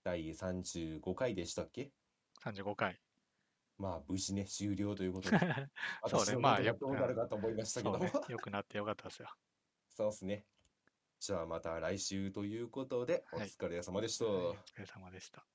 Speaker 2: 第35回でしたっけ
Speaker 1: 35回。 *laughs*
Speaker 2: まあ無事ね、終了ということで。私の
Speaker 1: まあ
Speaker 2: ことが
Speaker 1: やっ
Speaker 2: どうなるかと思いましたけ
Speaker 1: そ
Speaker 2: ど
Speaker 1: う。ね。よくなってよかったですよ。
Speaker 2: *laughs* そうですね。じゃあまた来週ということで、お
Speaker 1: はい
Speaker 2: 疲れ様でした。
Speaker 1: はいお疲れ様でした。